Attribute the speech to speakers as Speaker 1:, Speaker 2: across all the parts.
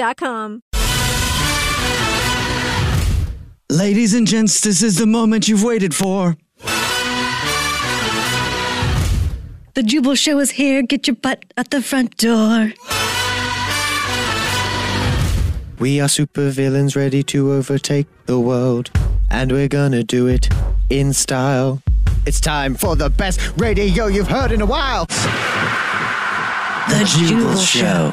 Speaker 1: dot com.
Speaker 2: Ladies and gents, this is the moment you've waited for.
Speaker 3: The Jubal Show is here. Get your butt at the front door.
Speaker 4: We are supervillains ready to overtake the world, and we're gonna do it in style. It's time for the best radio you've heard in a while.
Speaker 3: The Jubal Show.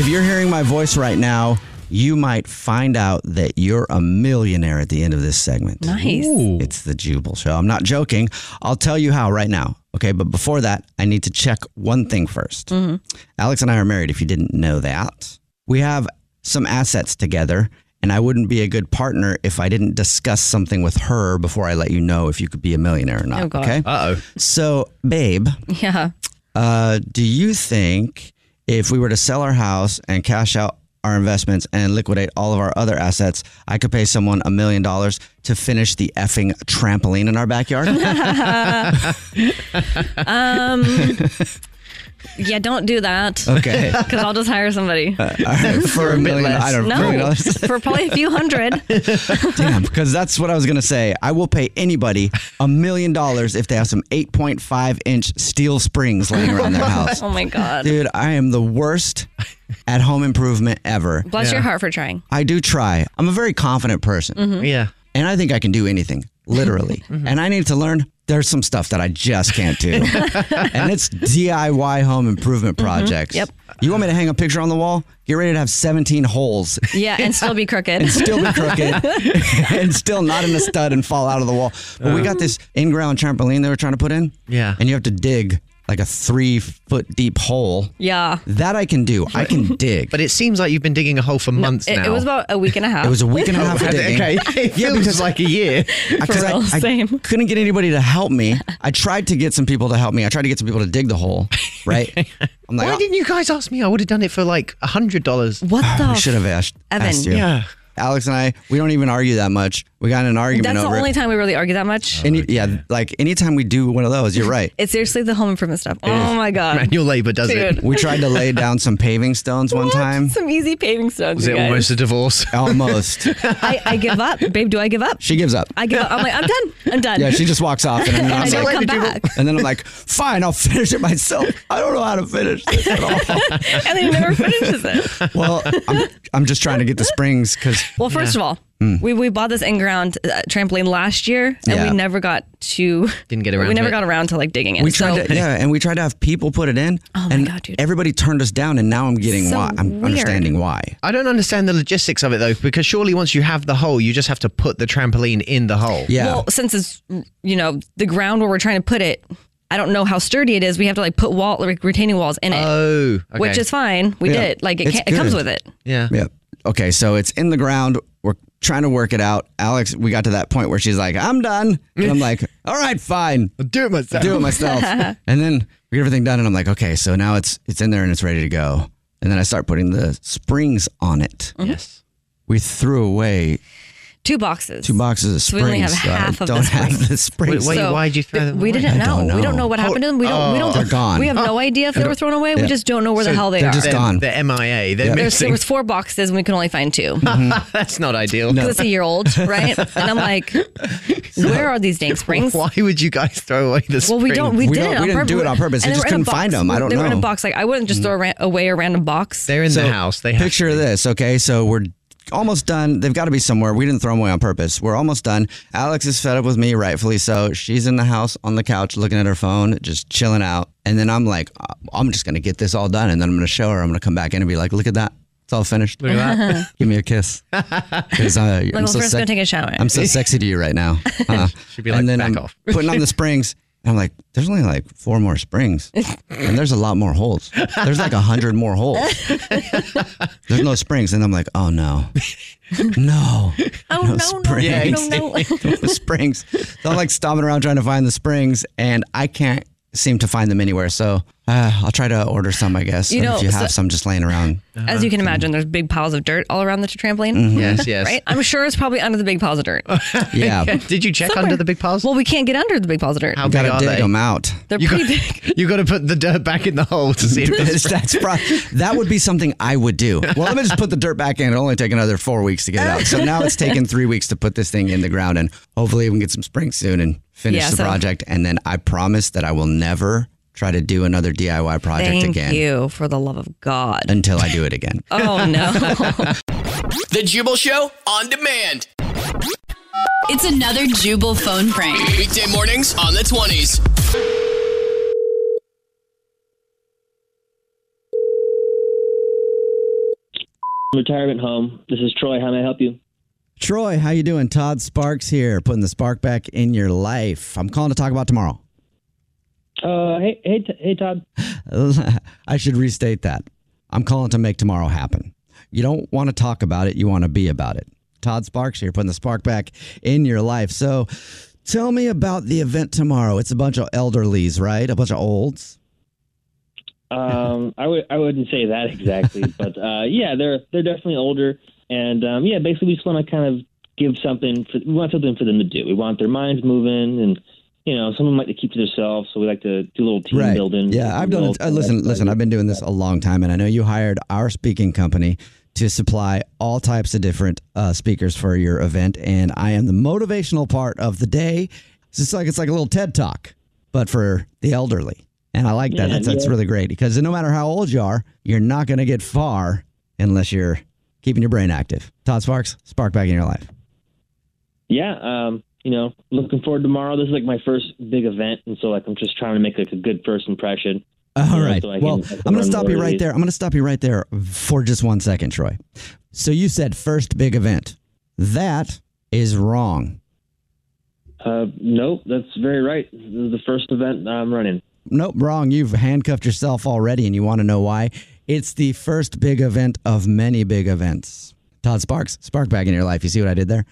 Speaker 2: If you're hearing my voice right now, you might find out that you're a millionaire at the end of this segment.
Speaker 5: Nice.
Speaker 2: It's the Jubal Show. I'm not joking. I'll tell you how right now. Okay, but before that, I need to check one thing 1st
Speaker 5: Mm-hmm.
Speaker 2: Alex and I are married, if you didn't know that. We have some assets together, and I wouldn't be a good partner if I didn't discuss something with her before I let you know if you could be a millionaire or not.
Speaker 5: Oh, God.
Speaker 2: Okay.
Speaker 6: Uh oh.
Speaker 2: So, babe,
Speaker 5: Yeah.
Speaker 2: uh, do you think if we were to sell our house and cash out our investments and liquidate all of our other assets, I could pay someone a million dollars to finish the effing trampoline in our backyard?
Speaker 5: Um, Yeah, don't do that.
Speaker 2: okay.
Speaker 5: Because I'll just hire somebody.
Speaker 2: All right, Uh, for a million, I don't know, million
Speaker 5: no,
Speaker 2: dollars.
Speaker 5: for probably a few hundred.
Speaker 2: Damn, because that's what I was gonna say. I will pay anybody a million dollars if they have some 8.5 inch steel springs laying around their house.
Speaker 5: Oh my God.
Speaker 2: Dude, I am the worst at home improvement ever.
Speaker 5: Bless your heart for trying.
Speaker 2: I do try. I'm a very confident person.
Speaker 5: Mm-hmm.
Speaker 6: Yeah.
Speaker 2: and I think I can do anything, literally. And I need to learn. There's some stuff that I just can't do, and it's DIY home improvement projects.
Speaker 5: Mm-hmm. Yep.
Speaker 2: You want me to hang a picture on the wall? Get ready to have 17 holes,
Speaker 5: Yeah, and still be crooked.
Speaker 2: still be crooked, and still not in a stud and fall out of the wall. But
Speaker 5: Uh-huh.
Speaker 2: we got this in-ground trampoline they were trying to put in.
Speaker 6: Yeah.
Speaker 2: And you have to dig like a three-foot deep hole.
Speaker 5: Yeah.
Speaker 2: That I can do. I can dig.
Speaker 6: But it seems like you've been digging a hole for months
Speaker 5: It,
Speaker 6: now.
Speaker 5: it was about a week and a half.
Speaker 2: it was a week and a half of digging.
Speaker 6: okay. It feels
Speaker 2: Yeah, because-
Speaker 6: like a year.
Speaker 2: Because I,
Speaker 5: real,
Speaker 2: I
Speaker 5: same.
Speaker 2: couldn't get anybody to help me. I tried to get some people to help me. I tried to get some people to dig the hole, right? I'm like, oh,
Speaker 6: Why didn't you guys ask me? I would have done it for like a hundred dollars.
Speaker 5: what the?
Speaker 2: I should have asked,
Speaker 5: Evan.
Speaker 2: asked you.
Speaker 6: Yeah.
Speaker 2: Alex and I, we don't even argue that much. We got in an argument
Speaker 5: That's the
Speaker 2: over
Speaker 5: only
Speaker 2: it.
Speaker 5: time we really argue that much.
Speaker 2: Any, yeah, like anytime we do one of those, you're right.
Speaker 5: It's seriously the home improvement stuff. Oh my God.
Speaker 6: Manual labor does
Speaker 5: Dude.
Speaker 6: it.
Speaker 2: We tried to lay down some paving stones one time.
Speaker 5: Some easy paving stones.
Speaker 6: Was
Speaker 5: you
Speaker 6: it
Speaker 5: guys.
Speaker 6: almost a divorce?
Speaker 2: Almost.
Speaker 5: I, I give up. Babe, do I give up?
Speaker 2: She gives up.
Speaker 5: I give up. I'm like, I'm done. I'm done.
Speaker 2: Yeah, she just walks off. And, then
Speaker 5: and I
Speaker 2: I'm
Speaker 5: don't
Speaker 2: like,
Speaker 5: come back.
Speaker 2: and then I'm like, fine, I'll finish it myself. I don't know how to finish this at all.
Speaker 5: and then he never finishes it.
Speaker 2: Well, I'm, I'm just trying to get the springs because
Speaker 5: Well, first of all, we, we bought this in ground uh, trampoline last year, and
Speaker 2: Hmm. Yeah.
Speaker 5: we never got to
Speaker 6: Didn't get around
Speaker 5: We
Speaker 6: to
Speaker 5: never
Speaker 6: it.
Speaker 5: got around to like digging it.
Speaker 2: We tried
Speaker 5: So-
Speaker 2: to, yeah, and we tried to have people put it in.
Speaker 5: Oh my
Speaker 2: and
Speaker 5: God, dude.
Speaker 2: Everybody turned us down, and now I'm getting
Speaker 5: So
Speaker 2: why. I'm
Speaker 5: weird.
Speaker 2: understanding why.
Speaker 6: I don't understand the logistics of it though, because surely once you have the hole, you just have to put the trampoline in the hole.
Speaker 2: Yeah,
Speaker 5: Well, since it's you know the ground where we're trying to put it, I don't know how sturdy it is. We have to like put wall like, retaining walls in it,
Speaker 6: Oh, okay.
Speaker 5: which is fine. We
Speaker 2: Yeah.
Speaker 5: did like it.
Speaker 2: It's
Speaker 5: Can, it comes
Speaker 2: good.
Speaker 5: with it.
Speaker 6: yeah.
Speaker 2: yeah. Okay, so it's in the ground. We're trying to work it out. Alex, we got to that point where she's like, "I'm done," and I'm like, "All right, fine,
Speaker 6: I'll do it myself.
Speaker 2: do it myself." and then we get everything done, and I'm like, "Okay, so now it's it's in there and it's ready to go." and then I start putting the springs on it.
Speaker 4: Yes.
Speaker 2: We threw away
Speaker 5: Two boxes.
Speaker 2: two boxes of
Speaker 5: So
Speaker 2: springs.
Speaker 5: we only have
Speaker 2: so I
Speaker 5: half of the
Speaker 2: don't have the
Speaker 4: Wait,
Speaker 2: springs.
Speaker 4: wait,
Speaker 5: So
Speaker 4: why'd you throw
Speaker 5: th-
Speaker 4: them
Speaker 5: We
Speaker 4: away?
Speaker 5: didn't
Speaker 2: I
Speaker 5: know.
Speaker 2: don't
Speaker 5: We don't
Speaker 2: know. Oh,
Speaker 5: know what happened to them. We don't. we don't.
Speaker 2: they're gone.
Speaker 5: We have no idea if they were thrown away. We
Speaker 2: Yeah.
Speaker 5: just don't know where the
Speaker 4: So
Speaker 5: hell they
Speaker 2: they're
Speaker 5: are.
Speaker 2: just
Speaker 4: They're-
Speaker 2: gone.
Speaker 4: They're MIA. They're
Speaker 2: Yeah.
Speaker 5: There's, there
Speaker 4: missing.
Speaker 5: was four boxes and we could only find two.
Speaker 4: That's not ideal.
Speaker 5: Because it's a year old, right? And I'm like, where are these dang springs?
Speaker 4: Why would you guys throw away the
Speaker 5: Well,
Speaker 4: spring?
Speaker 5: we don't. We,
Speaker 2: We
Speaker 5: did
Speaker 2: don't-
Speaker 5: it on
Speaker 2: we didn't
Speaker 5: purpose.
Speaker 2: do it on purpose.
Speaker 5: And
Speaker 2: I
Speaker 5: they
Speaker 2: just
Speaker 5: were in a
Speaker 2: couldn't find
Speaker 5: box.
Speaker 2: them. I don't
Speaker 5: they were in a
Speaker 2: know. Mm-hmm.
Speaker 5: box. Like I wouldn't just throw ra- away a random box.
Speaker 4: They're in the house. They have
Speaker 2: Picture this, okay? So we're almost done. They've got to be somewhere. We didn't throw them away on purpose. We're almost done. Alex is fed up with me, rightfully so. She's in the house on the couch looking at her phone, just chilling out. And then I'm like, uh, I'm just going to get this all done. And then I'm going to show her. I'm going to come back in and be like, look at that. It's all finished.
Speaker 4: Look at that.
Speaker 2: Give me a kiss. 'Cause, uh, I'm
Speaker 5: Like, well,
Speaker 2: so
Speaker 5: first I'm gonna
Speaker 2: sec-
Speaker 5: take a shower.
Speaker 2: I'm so sexy to you right now. Uh,
Speaker 4: She'd be like,
Speaker 2: and then
Speaker 4: "Back
Speaker 2: I'm
Speaker 4: off."
Speaker 2: putting on the springs. And I'm like, there's only like four more springs. And there's a lot more holes. There's like a hundred more holes. There's no springs. And I'm like, oh no.
Speaker 5: oh
Speaker 2: No. no,
Speaker 5: no, no,
Speaker 2: springs.
Speaker 5: no, no, no.
Speaker 2: no springs. So I'm like stomping around trying to find the springs and I can't seem to find them anywhere. So uh, I'll try to order some, I guess.
Speaker 5: You
Speaker 2: And
Speaker 5: know,
Speaker 2: if you have
Speaker 5: so-
Speaker 2: some just laying around.
Speaker 5: As you can
Speaker 2: Uh-huh.
Speaker 5: imagine, there's big piles of dirt all around the trampoline.
Speaker 2: Mm-hmm.
Speaker 4: Yes, yes.
Speaker 5: Right? I'm sure it's probably under the big piles of dirt.
Speaker 2: Yeah.
Speaker 4: Did you check under the big piles?
Speaker 5: Well, we can't get under the big piles of dirt.
Speaker 4: How big
Speaker 2: Gotta
Speaker 4: are
Speaker 2: dig
Speaker 4: they?
Speaker 2: them out.
Speaker 5: They're
Speaker 4: You
Speaker 5: pretty big.
Speaker 4: got, you got to put the dirt back in the hole to see if it's
Speaker 2: That's, that's prob- that would be something I would do. Well, let me just put the dirt back in. It'll only take another four weeks to get it out. So now it's taken three weeks to put this thing in the ground, and hopefully we can get some spring soon and finish
Speaker 5: Yeah,
Speaker 2: the
Speaker 5: so-
Speaker 2: project. And then I promise that I will never try to do another DIY project
Speaker 5: Thank
Speaker 2: again
Speaker 5: you for the love of God.
Speaker 2: until I do it again.
Speaker 5: Oh no.
Speaker 6: The Jubal Show on demand.
Speaker 7: It's another Jubal phone prank.
Speaker 6: Weekday mornings on the 20s.
Speaker 8: Retirement home. This is Troy. How may I help you?
Speaker 2: Troy, how you doing? Todd Sparks here, putting the spark back in your life. I'm calling to talk about tomorrow.
Speaker 8: Uh, hey, hey, T- hey, Todd.
Speaker 2: I should restate that. I'm calling to make tomorrow happen. You don't want to talk about it, you want to be about it. Todd Sparks here, putting the spark back in your life. So tell me about the event tomorrow. It's a bunch of elderlies, right? A bunch of olds.
Speaker 8: Um, I would I wouldn't say that exactly, but uh, yeah, they're they're definitely older, and um, yeah, basically we just want to kind of give something. For, we want something for them to do. We want their minds moving, and you know, some of them like to keep to themselves, so we like to do a little team building.
Speaker 2: Yeah, I've done it. Uh, listen, listen, I've been doing this a long time, and I know you hired our speaking company to supply all types of different uh, speakers for your event, and I am the motivational part of the day. It's just like it's like a little TED talk, but for the elderly, and I like that.
Speaker 8: Yeah,
Speaker 2: that's that's
Speaker 8: yeah.
Speaker 2: really great because no matter how old you are, you're not going to get far unless you're keeping your brain active. Todd Sparks, spark back in your life.
Speaker 8: yeah, um, you know, looking forward to tomorrow. This is like my first big event, and so like I'm just trying to make like a good first impression.
Speaker 2: All
Speaker 8: Yeah,
Speaker 2: right.
Speaker 8: so I
Speaker 2: well,
Speaker 8: can- I can
Speaker 2: I'm going to
Speaker 8: learn
Speaker 2: stop
Speaker 8: more
Speaker 2: you
Speaker 8: of
Speaker 2: right
Speaker 8: these.
Speaker 2: there. I'm going to stop you right there for just one second, Troy. So you said first big event. That is wrong.
Speaker 8: Uh, nope, that's very right. This is the first event I'm running.
Speaker 2: Nope, wrong. You've handcuffed yourself already, and you want to know why. It's the first big event of many big events. Todd Sparks, spark back in your life. You see what I did there?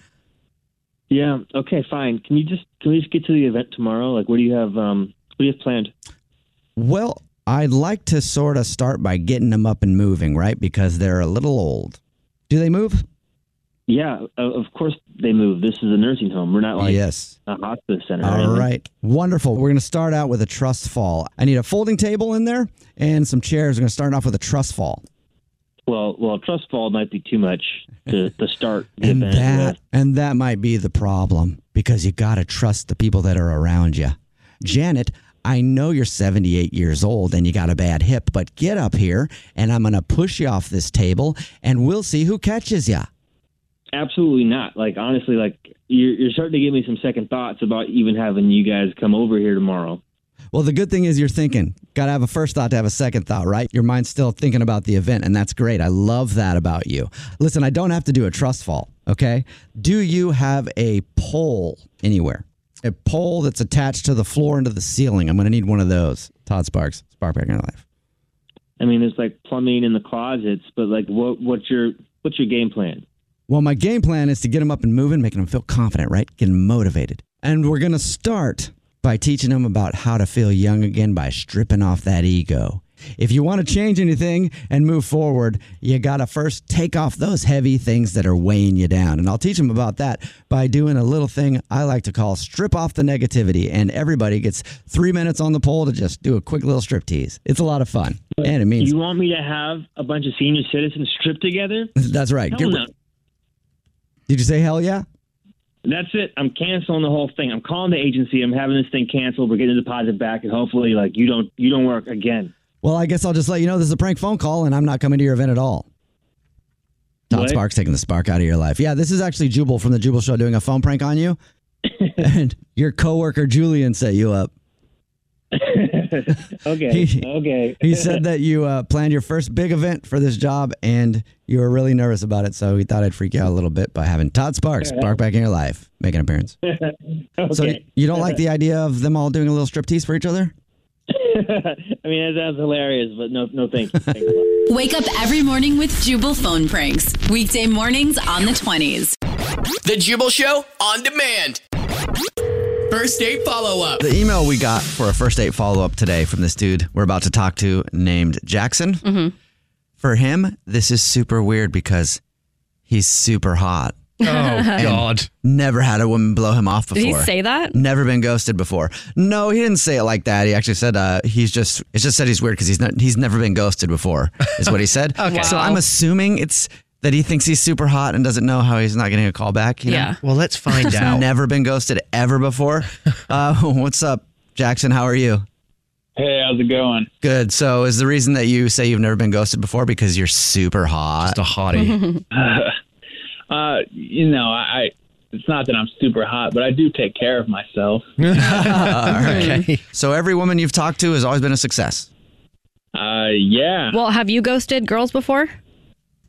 Speaker 8: Yeah. Okay. Fine. Can you just can we just get to the event tomorrow? Like, what do you have? Um, what do you have planned?
Speaker 2: Well, I'd like to sort of start by getting them up and moving, right? Because they're a little old. Do they move?
Speaker 8: Yeah. o- Of course they move. This is a nursing home. We're not like
Speaker 2: yes.
Speaker 8: a hospice center. or
Speaker 2: All
Speaker 8: anything.
Speaker 2: right. Wonderful. We're going to start out with a trust fall. I need a folding table in there and some chairs. We're going to start off with a trust fall.
Speaker 8: Well, well, trust fall might be too much to, to start the
Speaker 2: And
Speaker 8: event.
Speaker 2: that and that might be the problem because you got to trust the people that are around you. Janet, I know you're 78 years old and you got a bad hip, but get up here and I'm going to push you off this table and we'll see who catches you.
Speaker 8: with. Absolutely not. Like honestly, like you're, you're starting to give me some second thoughts about even having you guys come over here tomorrow.
Speaker 2: Well, the good thing is you're thinking. Got to have a first thought to have a second thought, right? Your mind's still thinking about the event, and that's great. I love that about you. Listen, I don't have to do a trust fall, okay? Do you have a pole anywhere? A pole that's attached to the floor and to the ceiling. I'm going to need one of those. Todd Sparks, Spark Back in Your Life.
Speaker 8: I mean, there's like plumbing in the closets, but like, what what's your what's your game plan?
Speaker 2: Well, my game plan is to get them up and moving, making them feel confident, right? Getting 'em motivated. And we're going to start by teaching them about how to feel young again by stripping off that ego. if you want to change anything and move forward, you got to first take off those heavy things that are weighing you down. And I'll teach them about that by doing a little thing I like to call strip off the negativity. And everybody gets three minutes on the pole to just do a quick little strip tease. It's a lot of fun. And it means
Speaker 8: You want me to have a bunch of senior citizens stripped together?
Speaker 2: that's right.
Speaker 8: Hell
Speaker 2: Get-
Speaker 8: no.
Speaker 2: Did you say hell yeah?
Speaker 8: That's it. I'm canceling the whole thing. I'm calling the agency. I'm having this thing canceled. We're getting the deposit back, and hopefully, like you don't you don't work again.
Speaker 2: Well, I guess I'll just let you know this is a prank phone call and I'm not coming to your event at all. Todd
Speaker 8: What?
Speaker 2: Sparks taking the spark out of your life. Yeah, this is actually Jubal from the Jubal Show doing a phone prank on you. and your coworker Julian set you up.
Speaker 8: Okay. okay.
Speaker 2: He said that you uh, planned your first big event for this job and you were really nervous about it. So he thought I'd freak you out a little bit by having Todd Sparks,
Speaker 8: All right.
Speaker 2: Spark Back in Your Life, make an appearance.
Speaker 8: okay.
Speaker 2: So you don't like the idea of them all doing a little striptease for each other?
Speaker 8: I mean, that sounds hilarious, but no, no, thank you. Thanks a lot.
Speaker 7: Wake up every morning with Jubal phone pranks. Weekday mornings on the 20s.
Speaker 6: The Jubal Show on demand. First date follow up.
Speaker 2: The email we got for a first date follow up today from this dude we're about to talk to named Jackson.
Speaker 6: Mhm.
Speaker 2: For him, this is super weird because he's super hot.
Speaker 5: Oh,
Speaker 2: And
Speaker 5: God.
Speaker 2: Never had a woman blow him off
Speaker 5: Did
Speaker 2: before.
Speaker 5: he say that?
Speaker 2: Never been ghosted before. No, he didn't say it like that. He actually said uh, he's just. It's just said he's weird because he's not. He's never been ghosted before. Is what he said.
Speaker 4: Okay.
Speaker 2: So
Speaker 4: Wow.
Speaker 2: I'm assuming it's that he thinks he's super hot and doesn't know how he's not getting a call back. you know?
Speaker 4: Yeah. Well, let's find
Speaker 2: He's
Speaker 4: out.
Speaker 2: Never been ghosted ever before. Uh, what's up, Jackson? How are you?
Speaker 9: Hey, how's it going?
Speaker 2: Good. So is the reason that you say you've never been ghosted before because you're super hot? Just a
Speaker 9: hottie. uh, you know, I, I it's not that I'm super hot, but I do take care of myself.
Speaker 2: okay. So every woman you've talked to has always been a success.
Speaker 9: Uh, yeah.
Speaker 5: Well, have you ghosted girls before?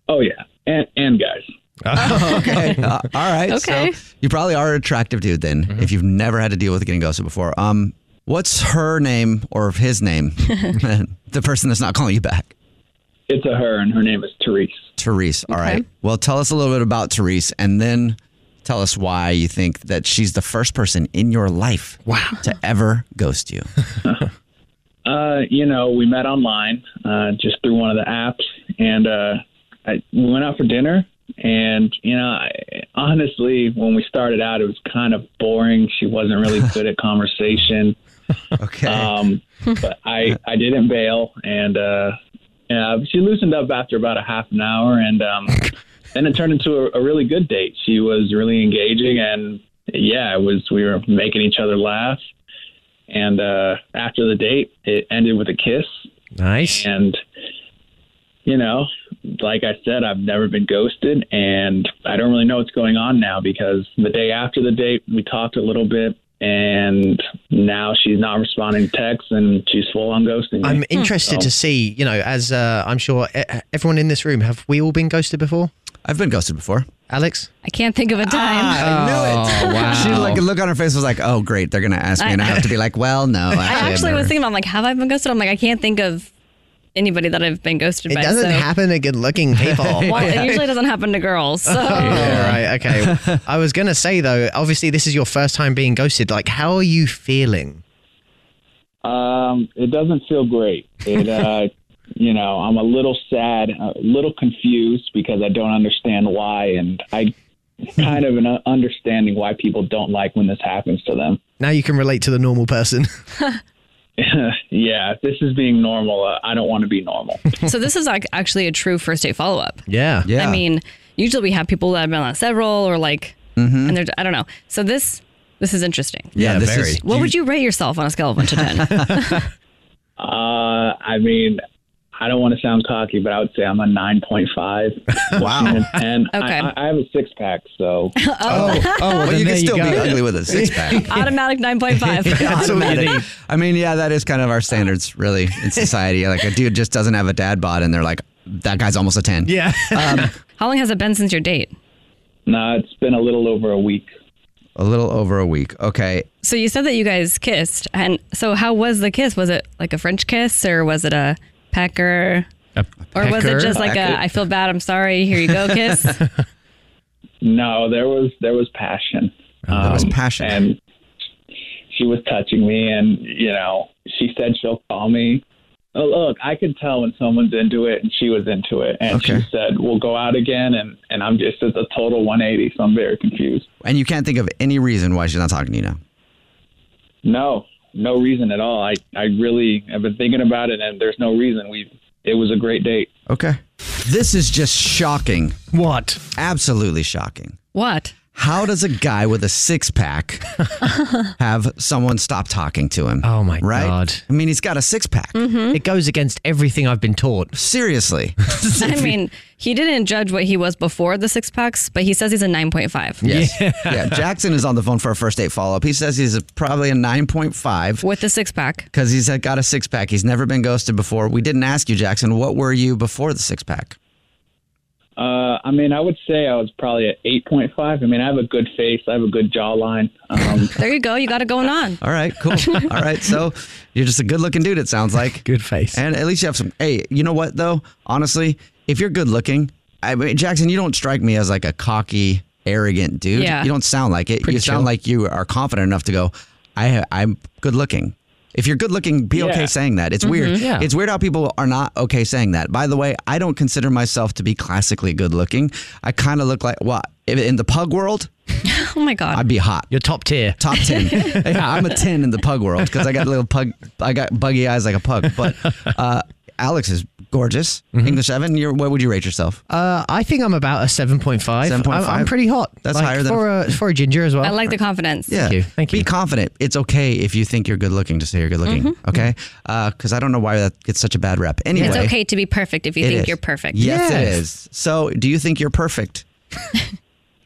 Speaker 9: Oh yeah, and and guys.
Speaker 2: okay. Uh, all right.
Speaker 5: Okay.
Speaker 2: So you probably are an attractive dude then if you've never had to deal with getting ghosted before. Um, what's her name or his name? the person that's not calling you back.
Speaker 9: It's a her, and her name is Therese.
Speaker 2: Therese. All right. Well, tell us a little bit about Therese and then tell us why you think that she's the first person in your life wow. to ever ghost you.
Speaker 9: Uh, you know, we met online, uh, just through one of the apps, and uh, I, we went out for dinner. And you know, I, honestly, when we started out, it was kind of boring. She wasn't really good at conversation.
Speaker 2: Okay.
Speaker 9: Um, but I I didn't bail, and uh, yeah, she loosened up after about a half an hour, and um, then it turned into a, a really good date. She was really engaging, and yeah, it was we were making each other laugh. And uh, after the date, it ended with a kiss.
Speaker 4: Nice.
Speaker 9: And you know, like I said, I've never been ghosted, and I don't really know what's going on now because the day after the date, we talked a little bit, and now she's not responding to texts, and she's full on ghosting. me.
Speaker 5: Oh.
Speaker 4: I'm interested to
Speaker 9: So-
Speaker 4: see, you know, as uh, I'm sure e- everyone in this room, have we all been ghosted before?
Speaker 2: I've been ghosted before.
Speaker 4: Alex?
Speaker 5: I can't think of a time.
Speaker 2: Ah, I knew it. She like a look on her face was like, "Oh, great, they're gonna ask me," and I have to be like, "Well, no." Actually,
Speaker 5: I
Speaker 2: I've
Speaker 5: actually was
Speaker 2: never."
Speaker 5: thinking, I'm like, have I been ghosted? I'm like, I can't think of anybody that I've been ghosted
Speaker 4: It
Speaker 5: by.
Speaker 4: doesn't
Speaker 5: so-
Speaker 4: happen to good looking people.
Speaker 5: Well, it usually doesn't happen to girls. So.
Speaker 4: yeah, right. Okay. I was going to say, though, obviously, this is your first time being ghosted. Like, how are you feeling?
Speaker 9: Um, it doesn't feel great. It, uh, you know, I'm a little sad, a little confused because I don't understand why, and I kind of an uh, understanding why people don't like when this happens to them.
Speaker 4: Now you can relate to the normal person.
Speaker 9: yeah, if this is being normal. Uh, I don't want to be normal.
Speaker 5: so this is like actually a true first date follow up.
Speaker 4: Yeah.
Speaker 5: I mean, usually we have people that have been on several or like,
Speaker 2: Mhm.
Speaker 5: and they're I don't know. So this this is interesting.
Speaker 2: Yeah, Yeah, this very. is-
Speaker 5: what
Speaker 2: you-
Speaker 5: would you rate yourself on a scale of one to ten?
Speaker 9: Uh, I mean, I don't want to sound cocky, but I would say I'm a 9.5. wow. And
Speaker 5: Okay.
Speaker 9: I, I have a six pack, so.
Speaker 2: Oh, oh, well,
Speaker 9: then
Speaker 2: you can
Speaker 9: there you
Speaker 2: still
Speaker 9: go.
Speaker 2: be ugly with a six pack.
Speaker 5: Automatic nine point five.
Speaker 2: Automatic. I mean, yeah, that is kind of our standards, really, in society. Like a dude just doesn't have a dad bod, and they're like, "That guy's almost a 10.
Speaker 4: Yeah.
Speaker 5: How long has it been since your date?
Speaker 9: No, Uh, it's been a little over a week.
Speaker 2: A little over a week. Okay.
Speaker 5: So you said that you guys kissed, and so how was the kiss? Was it like a French kiss, or was it a pecker, or was it
Speaker 9: pecker?
Speaker 5: just like a
Speaker 9: Pecker.
Speaker 5: I feel bad, I'm sorry, here you go kiss?
Speaker 9: No, there was there was passion. Oh, there was
Speaker 2: passion,
Speaker 9: and she was touching me, and you know, she said she'll call me, Oh, look, I could tell when someone's into it, and she was into it, and she said, "We'll go out again," and and I'm just at the total 180, so I'm very confused.
Speaker 2: And you can't think of any reason why she's not talking to you now.
Speaker 9: No, no reason at all. I I really have been thinking about it, and there's no reason. We it was a great date.
Speaker 2: Okay. This is just shocking.
Speaker 4: What?
Speaker 2: Absolutely shocking.
Speaker 5: What?
Speaker 2: How does a guy with a six pack have someone stop talking to him?
Speaker 4: Oh my
Speaker 2: right?
Speaker 4: God.
Speaker 2: I mean, he's got a six pack.
Speaker 5: Mm-hmm.
Speaker 4: It goes against everything I've been taught.
Speaker 2: Seriously.
Speaker 5: I mean, he didn't judge what he was before the six packs, but he says he's a 9.5.
Speaker 2: Yes. Yeah. Jackson is on the phone for a first date follow up. He says he's probably a 9.5.
Speaker 5: With a six pack.
Speaker 2: Because he's had- got a six pack. He's never been ghosted before. We didn't ask you, Jackson, what were you before the six pack?
Speaker 9: Uh, I mean, I would say I was probably at 8.5. I mean, I have a good face, I have a good jawline. Um,
Speaker 5: There you go. You got it going on.
Speaker 2: All right, cool. All right, so you're just a good looking dude, it sounds like.
Speaker 4: Good face.
Speaker 2: And at least you have some. Hey, you know what, though? Honestly, if you're good looking, I mean, Jackson, you don't strike me as like a cocky, arrogant dude.
Speaker 5: Yeah.
Speaker 2: You don't sound like it.
Speaker 5: Pretty
Speaker 2: you sound
Speaker 5: chill.
Speaker 2: like you are confident enough to go, I, I'm good looking. If you're good looking, be okay
Speaker 4: Yeah.
Speaker 2: saying that. It's weird.
Speaker 4: Mhm. Yeah.
Speaker 2: It's weird how people are not okay saying that. By the way, I don't consider myself to be classically good looking. I kind of look like what? In the pug world,
Speaker 5: Oh my God.
Speaker 2: I'd be hot.
Speaker 4: You're top tier.
Speaker 2: Top 10. yeah, I'm a 10 in the pug world because I got little pug, I got buggy eyes like a pug. But uh, Alex is gorgeous.
Speaker 4: Mm-hmm.
Speaker 2: English Evan, you're, what would you rate yourself?
Speaker 4: Uh, I think I'm about a 7.5.
Speaker 2: 7.5?
Speaker 4: I'm, I'm pretty hot.
Speaker 2: That's
Speaker 4: Like,
Speaker 2: higher than-
Speaker 4: for a, for a ginger as well.
Speaker 5: I like the confidence.
Speaker 2: Yeah.
Speaker 4: you. Thank
Speaker 2: Be confident. It's okay if you think you're good looking to say you're good looking. Okay. Because I don't know why that gets such a bad rep. Anyway,
Speaker 5: Mm-hmm. It's okay to be perfect if you
Speaker 2: it
Speaker 5: think
Speaker 2: is.
Speaker 5: you're perfect.
Speaker 2: Yes, it is. So do you think you're perfect,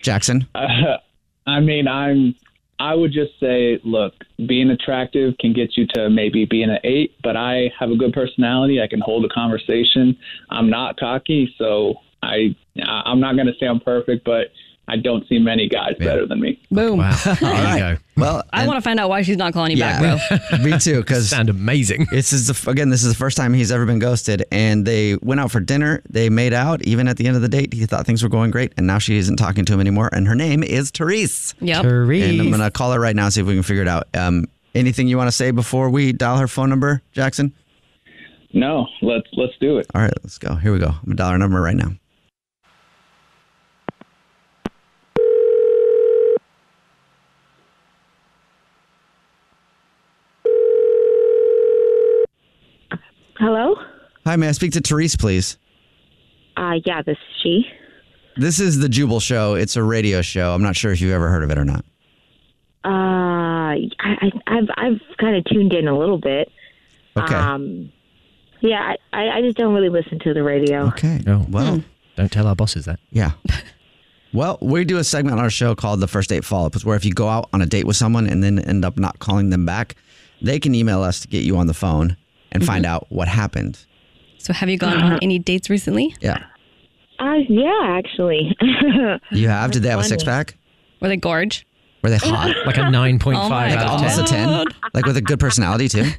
Speaker 2: Jackson?
Speaker 9: Uh, I mean, I'm. I would just say, look, being attractive can get you to maybe being an eight, but I have a good personality. I can hold a conversation. I'm not cocky, so I. I- I'm not going to say I'm perfect, but I don't see many guys better than me.
Speaker 5: Boom.
Speaker 4: There you go.
Speaker 2: Well,
Speaker 5: I want to find out why she's not calling you back, bro.
Speaker 2: Me too, because
Speaker 4: Sound amazing.
Speaker 2: this is the, again. This is the first time he's ever been ghosted, and they went out for dinner. They made out. Even at the end of the date, he thought things were going great, and now she isn't talking to him anymore. And her name is Therese.
Speaker 5: Yep.
Speaker 2: And I'm
Speaker 4: Therese.
Speaker 2: gonna call her right now and see if we can figure it out. Um, anything you want to say before we dial her phone number, Jackson?
Speaker 9: No, let's let's do it.
Speaker 2: All right, let's go. Here we go. I'm gonna dial her number right now.
Speaker 10: Hello?
Speaker 2: Hi, may I speak to Therese, please?
Speaker 10: Uh, yeah, this is she.
Speaker 2: This is the Jubal Show. It's a radio show. I'm not sure if you've ever heard of it or not.
Speaker 10: Uh, I, I, I've, I've kind of tuned in a little bit.
Speaker 2: Okay.
Speaker 10: Um, yeah, I, I just don't really listen to the radio.
Speaker 2: Okay.
Speaker 4: No.
Speaker 2: Well.
Speaker 4: Don't tell our bosses that.
Speaker 2: Yeah. Well, we do a segment on our show called the first date follow up. It's where if you go out on a date with someone and then end up not calling them back, they can email us to get you on the phone and
Speaker 4: Mm-hmm.
Speaker 2: find out what happened.
Speaker 5: So, have you gone on any dates recently?
Speaker 2: Yeah.
Speaker 10: Uh, yeah, actually.
Speaker 2: You have? Did they have a
Speaker 10: That's funny.
Speaker 2: six pack?
Speaker 5: Were they gorge?
Speaker 2: Were they hot?
Speaker 4: Like a 9.5
Speaker 5: Oh my
Speaker 2: Like
Speaker 4: out of 10.
Speaker 2: almost a 10? Like with a good personality too?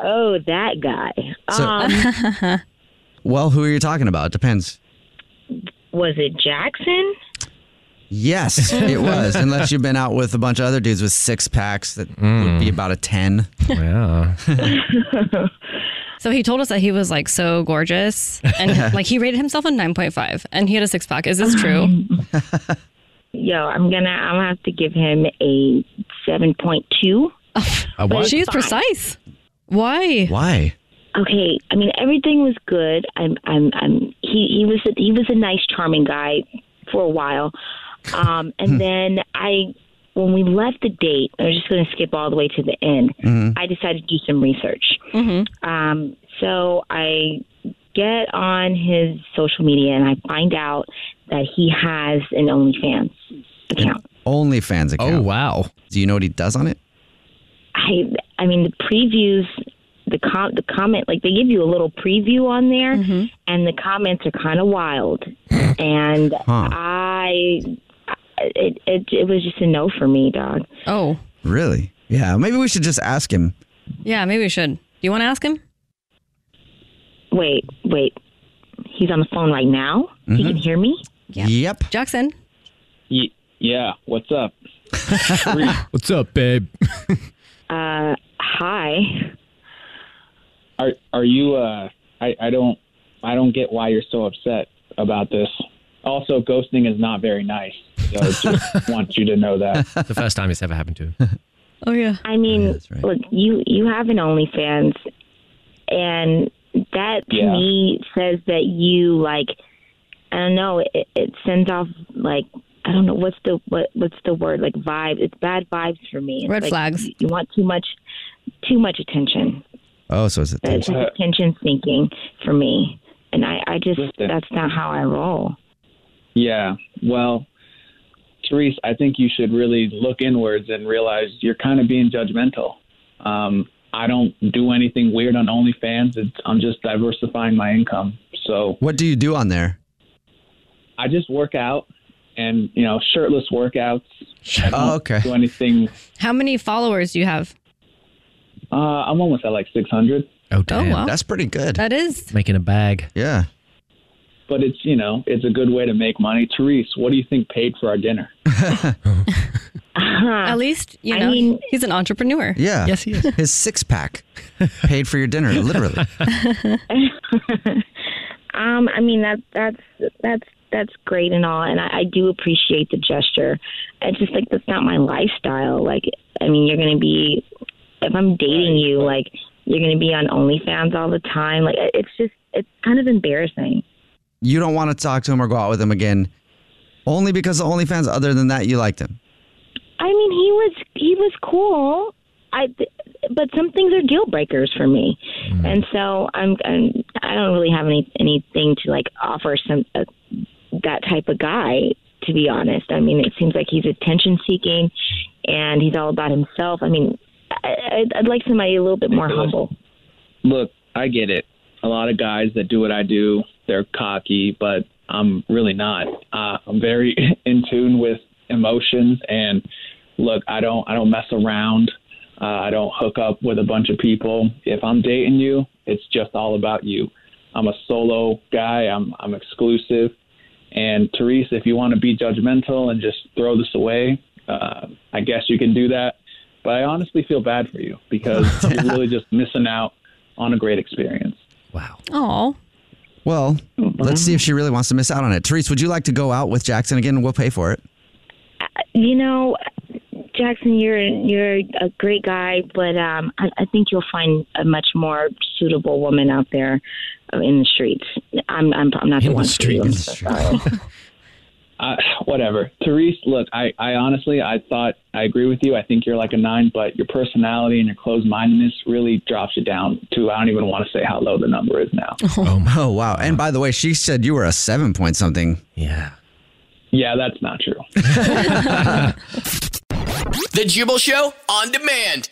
Speaker 10: oh, that guy.
Speaker 2: So-
Speaker 10: um,
Speaker 2: Well, who are you talking about? It depends.
Speaker 10: was it Jackson?
Speaker 2: Yes, it was. Unless you've been out with a bunch of other dudes with six packs that would be about a 10.
Speaker 4: Mm. Yeah.
Speaker 5: So he told us that he was like so gorgeous and like he rated himself a 9.5 and he had a six pack. Is this
Speaker 10: Um,
Speaker 5: true?
Speaker 11: Mm-hmm.
Speaker 10: Yo, I'm gonna, I'm gonna have to give him a 7.2.
Speaker 4: A what?
Speaker 5: She is precise. Why?
Speaker 2: Why?
Speaker 10: Okay, I mean everything was good. I'm, I'm, I'm. He, he was, he was a nice, charming guy for a while, um,
Speaker 4: Hmm.
Speaker 10: and then I, when we left the date, I was just going to skip all the way to the end.
Speaker 4: Mm-hmm.
Speaker 10: I decided to do some research.
Speaker 5: Mm-hmm.
Speaker 10: Um, so I get on his social media and I find out that he has an OnlyFans account.
Speaker 2: Only fans account.
Speaker 4: Oh, wow.
Speaker 2: Do you know what he does on it?
Speaker 10: I, I mean the previews. The com- the comment like they give you a little preview on there,
Speaker 5: Mm-hmm.
Speaker 10: and the comments are kind of wild. and
Speaker 2: Huh.
Speaker 10: I, it, it it was just a no for me, dog.
Speaker 5: Oh,
Speaker 2: Really? Yeah. Maybe we should just ask him.
Speaker 5: yeah, maybe we should. Do you want to ask him?
Speaker 10: Wait, wait, he's on the phone right now. He can hear me.
Speaker 5: Yeah.
Speaker 2: Yep.
Speaker 5: Jackson,
Speaker 9: Y- yeah, what's up?
Speaker 4: What's up, babe?
Speaker 10: Uh, hi.
Speaker 9: Are Are are you? Uh, I I don't I don't get why you're so upset about this. Also, ghosting is not very nice. So just want you to know that.
Speaker 12: the first time it's ever happened to him.
Speaker 10: Oh yeah. I mean, look, you you have an OnlyFans, and that to
Speaker 9: Yeah.
Speaker 10: me says that you like. I don't know. It, it sends off like I don't know what's the what what's the word like vibe. It's bad vibes for me. It's
Speaker 5: Red
Speaker 10: like
Speaker 5: flags.
Speaker 10: You, you want too much, too much attention.
Speaker 2: Oh, so is it?
Speaker 10: It's like attention sinking for me, and I I just
Speaker 9: Listen.
Speaker 10: that's not how I roll.
Speaker 9: Yeah. Well, Therese, I think you should really look inwards and realize you're kind of being judgmental. Um, I don't do anything weird on OnlyFans. It's, I'm just diversifying my income. So
Speaker 2: What do you do on there?
Speaker 9: I just work out and, you know, shirtless workouts. I don't
Speaker 5: Oh, okay.
Speaker 9: Do anything.
Speaker 5: How many followers do you have?
Speaker 9: Uh, I'm almost at like 600.
Speaker 12: Oh,
Speaker 5: damn. wow. That's
Speaker 2: pretty good.
Speaker 5: That is.
Speaker 12: Making a bag.
Speaker 2: Yeah.
Speaker 9: But it's, you know, it's a good way to make money. Therese, what do you think paid for our dinner?
Speaker 5: At least you know he's an entrepreneur.
Speaker 2: Uh-huh. Yeah. Yes, he is. His six pack paid for your dinner, literally.
Speaker 10: Um, I mean that that's that's that's great and all, and I, I do appreciate the gesture. It's just like that's not my lifestyle. Like, I mean, you're gonna be if I'm dating you, like you're gonna be on OnlyFans all the time. Like, it's just it's kind of embarrassing.
Speaker 2: You don't want to talk to him or go out with him again, only because the OnlyFans. Other than that, you liked him.
Speaker 10: I mean, he was he was cool. I but some things are deal breakers for me, and so I'm, I'm I don't really have any anything to like offer some uh, that type of guy. To be honest, I mean, it seems like he's attention seeking, and he's all about himself. I mean, I, I'd, I'd like somebody a little bit more humble.
Speaker 9: Look, I get it. A lot of guys that do what I do, they're cocky, but I'm really not. Uh, I'm very in tune with emotions, and look, I don't, I don't mess around. Uh, I don't hook up with a bunch of people. If I'm dating you, it's just all about you. I'm a solo guy. I'm, I'm exclusive. And Therese, if you want to be judgmental and just throw this away, uh, I guess you can do that. But I honestly feel bad for you because you're really just missing out on a great experience.
Speaker 5: Oh,
Speaker 2: Well, let's see if she really wants to miss out on it. Therese, would you like to go out with Jackson again? We'll pay for it.
Speaker 10: You know, Jackson, you're you're a great guy, but um, I, I think you'll find a much more suitable woman out there uh, in the streets. I'm I'm, I'm not the one for you. I'm so sorry.
Speaker 9: Uh, whatever. Therese, look, I, I honestly, I thought, I agree with you. I think you're like a nine, but your personality and your closed mindedness really drops you down to, I don't even want to say how low the number is now.
Speaker 2: Oh, wow! And by the way, she said you were a seven point something.
Speaker 12: Yeah.
Speaker 9: Yeah, that's not true.
Speaker 6: The Jubal Show on demand.